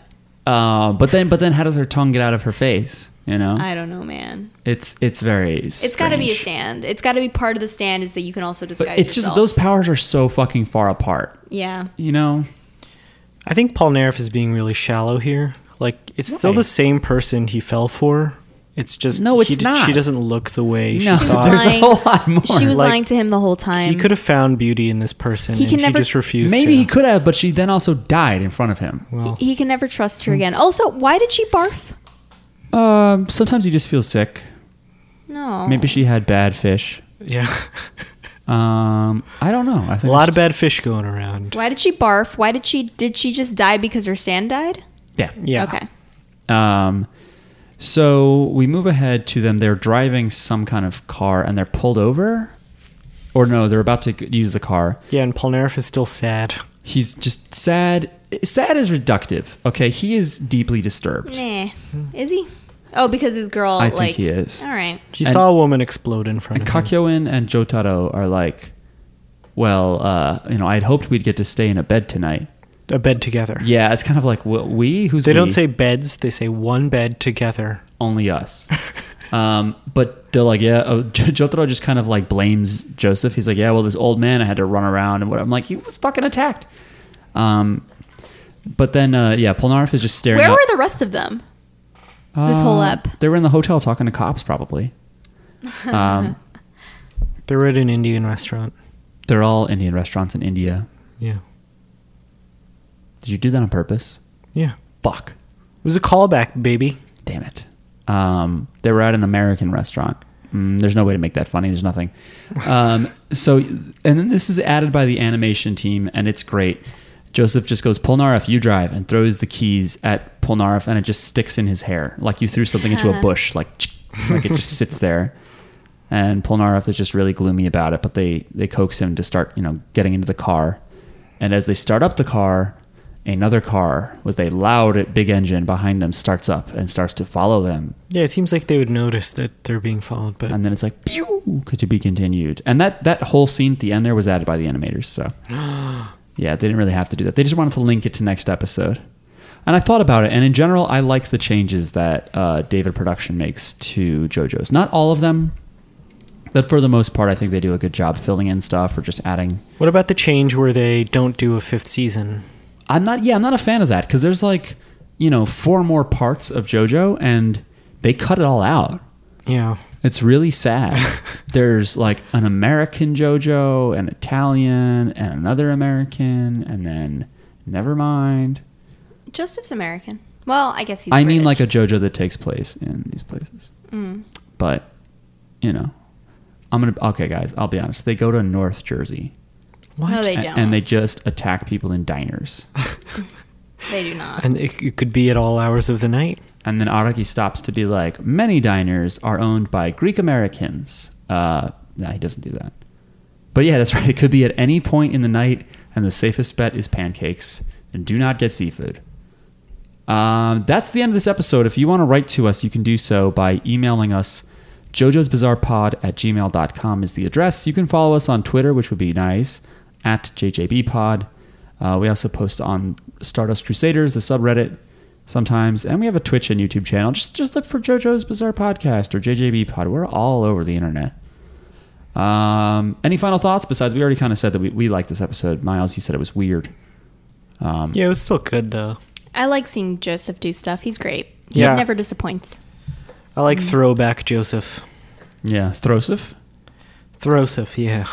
Speaker 2: Uh, but then, but then, how does her tongue get out of her face? You know,
Speaker 4: I don't know, man.
Speaker 2: it's it's very.
Speaker 4: It's got to be a
Speaker 2: strange.
Speaker 4: stand. It's got to be part of the stand is that you can also disguise.
Speaker 2: But it's just
Speaker 4: yourself.
Speaker 2: that those powers are so fucking far apart.
Speaker 4: Yeah,
Speaker 2: You know,
Speaker 3: I think Paul Nareff is being really shallow here. Like it's still
Speaker 2: Why?
Speaker 3: the same person he fell for. It's just
Speaker 2: No, it's
Speaker 3: he d-
Speaker 2: not.
Speaker 3: She doesn't look the way
Speaker 2: no,
Speaker 3: she
Speaker 4: was
Speaker 3: thought.
Speaker 2: there's a
Speaker 4: lying.
Speaker 2: whole lot more.
Speaker 4: she was
Speaker 3: like-
Speaker 4: lying to him the whole time.
Speaker 3: He could have found beauty in this person,
Speaker 4: He
Speaker 3: and
Speaker 4: can
Speaker 3: she
Speaker 4: never-
Speaker 3: just refused.
Speaker 2: Maybe
Speaker 3: to.
Speaker 2: he could have, but she then also died in front of him.
Speaker 3: Well,
Speaker 4: He can never trust
Speaker 2: hmm.
Speaker 4: her again. Also, why did she barf?
Speaker 2: Um, sometimes he just feels sick.
Speaker 3: Oh.
Speaker 4: No.
Speaker 2: Maybe she had bad fish.
Speaker 3: yeah,
Speaker 2: Um, I don't know. I
Speaker 3: a
Speaker 2: think
Speaker 3: lot of bad fish going around.
Speaker 4: Why did she barf? Why did she? Did she just die because her stand died?
Speaker 2: Yeah.
Speaker 3: Yeah.
Speaker 4: Okay.
Speaker 2: Um, so we move ahead to them. They're driving some kind of car, and they're pulled over, or no, they're about to g- use the car.
Speaker 3: Yeah, and Paul Nareff is still sad.
Speaker 2: He's just sad. Sad is reductive. Okay, he is deeply disturbed.
Speaker 4: Nah. Is he? Oh, because his girl.
Speaker 2: Hmm. I think
Speaker 4: like,
Speaker 2: he is.
Speaker 4: All right.
Speaker 3: She
Speaker 2: And-
Speaker 3: saw a woman explode in front
Speaker 2: And
Speaker 3: of him.
Speaker 2: Kakyoin and Jotaro are like, well, uh, you know, I'd hoped we'd get to stay in a bed tonight.
Speaker 3: A bed together.
Speaker 2: Yeah, it's kind of like "Wh- we. Who's
Speaker 3: They
Speaker 2: we?
Speaker 3: don't say beds; they say one bed together.
Speaker 2: only us. um, but they're like, yeah. Oh, Jotaro just kind of like blames Joseph. He's like, yeah, well, this old man, I had to run around and what. I'm like, he was fucking attacked. Um, but then, uh, yeah, Polnareff is just staring.
Speaker 4: Where
Speaker 2: up.
Speaker 4: were the rest of them? this whole
Speaker 2: Uh,
Speaker 4: up?
Speaker 2: They were in the hotel talking to cops, probably. Um,
Speaker 3: They were at an Indian restaurant.
Speaker 2: they're all Indian restaurants in India.
Speaker 3: Yeah,
Speaker 2: Did you do that on purpose?
Speaker 3: yeah.
Speaker 2: Fuck.
Speaker 3: It was a callback, baby.
Speaker 2: Damn it. Um, they were at an American restaurant. Mm, there's no way to make that funny. There's nothing. Um, so, and then this is added by the animation team, and it's great. Joseph just goes, Polnareff, you drive, and throws the keys at Polnareff, and it just sticks in his hair. Like you threw something into a bush, like, like it just sits there. And Polnareff is just really gloomy about it, but they, they coax him to start, you know, getting into the car. And as they start up the car, another car with a loud big engine behind them starts up and starts to follow them.
Speaker 3: Yeah, it seems like they would notice that they're being followed, but
Speaker 2: And then it's like, pew, could to be continued. And that, that whole scene at the end there was added by the animators. So, yeah, they didn't really have to do that. They just wanted to link it to next episode. And I thought about it. And in general, I like the changes that uh, David Production makes to JoJo's. Not all of them, but for the most part, I think they do a good job filling in stuff or just adding
Speaker 3: What about the change where they don't do a fifth season?
Speaker 2: I'm not. Yeah, I'm not a fan of that because there's like, you know, four more parts of JoJo, and they cut it all out.
Speaker 3: Yeah.
Speaker 2: It's really sad. there's like an American JoJo, an Italian, and another American, and then never mind.
Speaker 4: Joseph's American. Well, I guess he's.
Speaker 2: I
Speaker 4: British. Mm.
Speaker 2: mean, like a JoJo that takes place in these places. But, you know, I'm gonna. Okay, guys, I'll be honest. They go to North Jersey
Speaker 3: What?
Speaker 4: No, they
Speaker 2: a-
Speaker 4: don't.
Speaker 2: and they just attack people in diners.
Speaker 4: They do not.
Speaker 3: and it, it could be at all hours of the night.
Speaker 2: And then Araki stops to be like, many diners are owned by Greek Americans. Uh, no, he doesn't do that. But yeah, that's right. It could be at any point in the night, and the safest bet is pancakes. And do not get seafood. Um, that's the end of this episode. If you want to write to us, you can do so by emailing us. Jojo's Bizarre Pod at gmail.com is the address. You can follow us on Twitter, which would be nice, at JJBpod. Uh, we also post on Stardust Crusaders, the subreddit, sometimes. And we have a Twitch and YouTube channel. Just, just look for JoJo's Bizarre Podcast or JJB Pod. We're all over the internet. Um, any final thoughts? Besides, we already kind of said that we, we liked this episode. Miles, you said it was weird.
Speaker 3: Yeah, it was still good though.
Speaker 4: I like seeing Joseph do stuff. He's great.
Speaker 3: Yeah.
Speaker 4: He never disappoints.
Speaker 3: I like throwback Joseph.
Speaker 2: Yeah. Throsif?
Speaker 3: Throsif, yeah.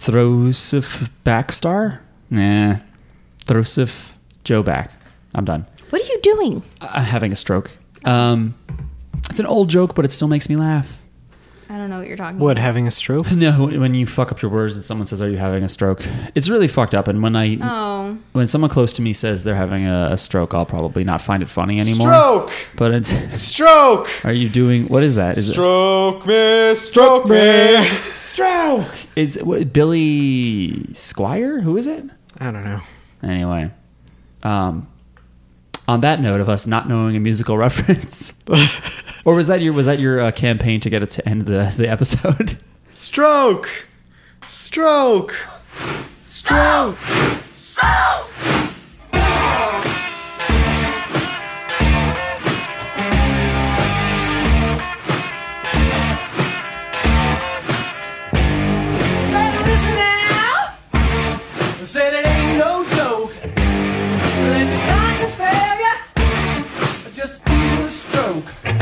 Speaker 2: Throsif Backstar? Nah. Throsif Joe Back. I'm done.
Speaker 4: What are you doing?
Speaker 2: I- I'm having a stroke. Um, it's an old joke, but it still makes me laugh.
Speaker 4: I don't know what you're talking
Speaker 3: What, having a stroke?
Speaker 2: No, when you fuck up your words and someone says, "Are you having a stroke?" It's really fucked up. And when I,
Speaker 4: about. Oh.
Speaker 2: when someone close to me says they're having a, a stroke, I'll probably not find it funny anymore.
Speaker 1: Stroke!
Speaker 2: But it's,
Speaker 1: Stroke!
Speaker 2: are you doing what is that? Is it
Speaker 1: Stroke me, stroke me, stroke!
Speaker 2: is it, what, Billy Squire? Who is it?
Speaker 3: I don't know.
Speaker 2: Anyway, um, on that note of us not knowing a musical reference, or was that your was that your uh, campaign to get it to end the the episode?
Speaker 1: Stroke! Stroke! Stroke! no joke. Let your conscience fail ya. Just feel the stroke.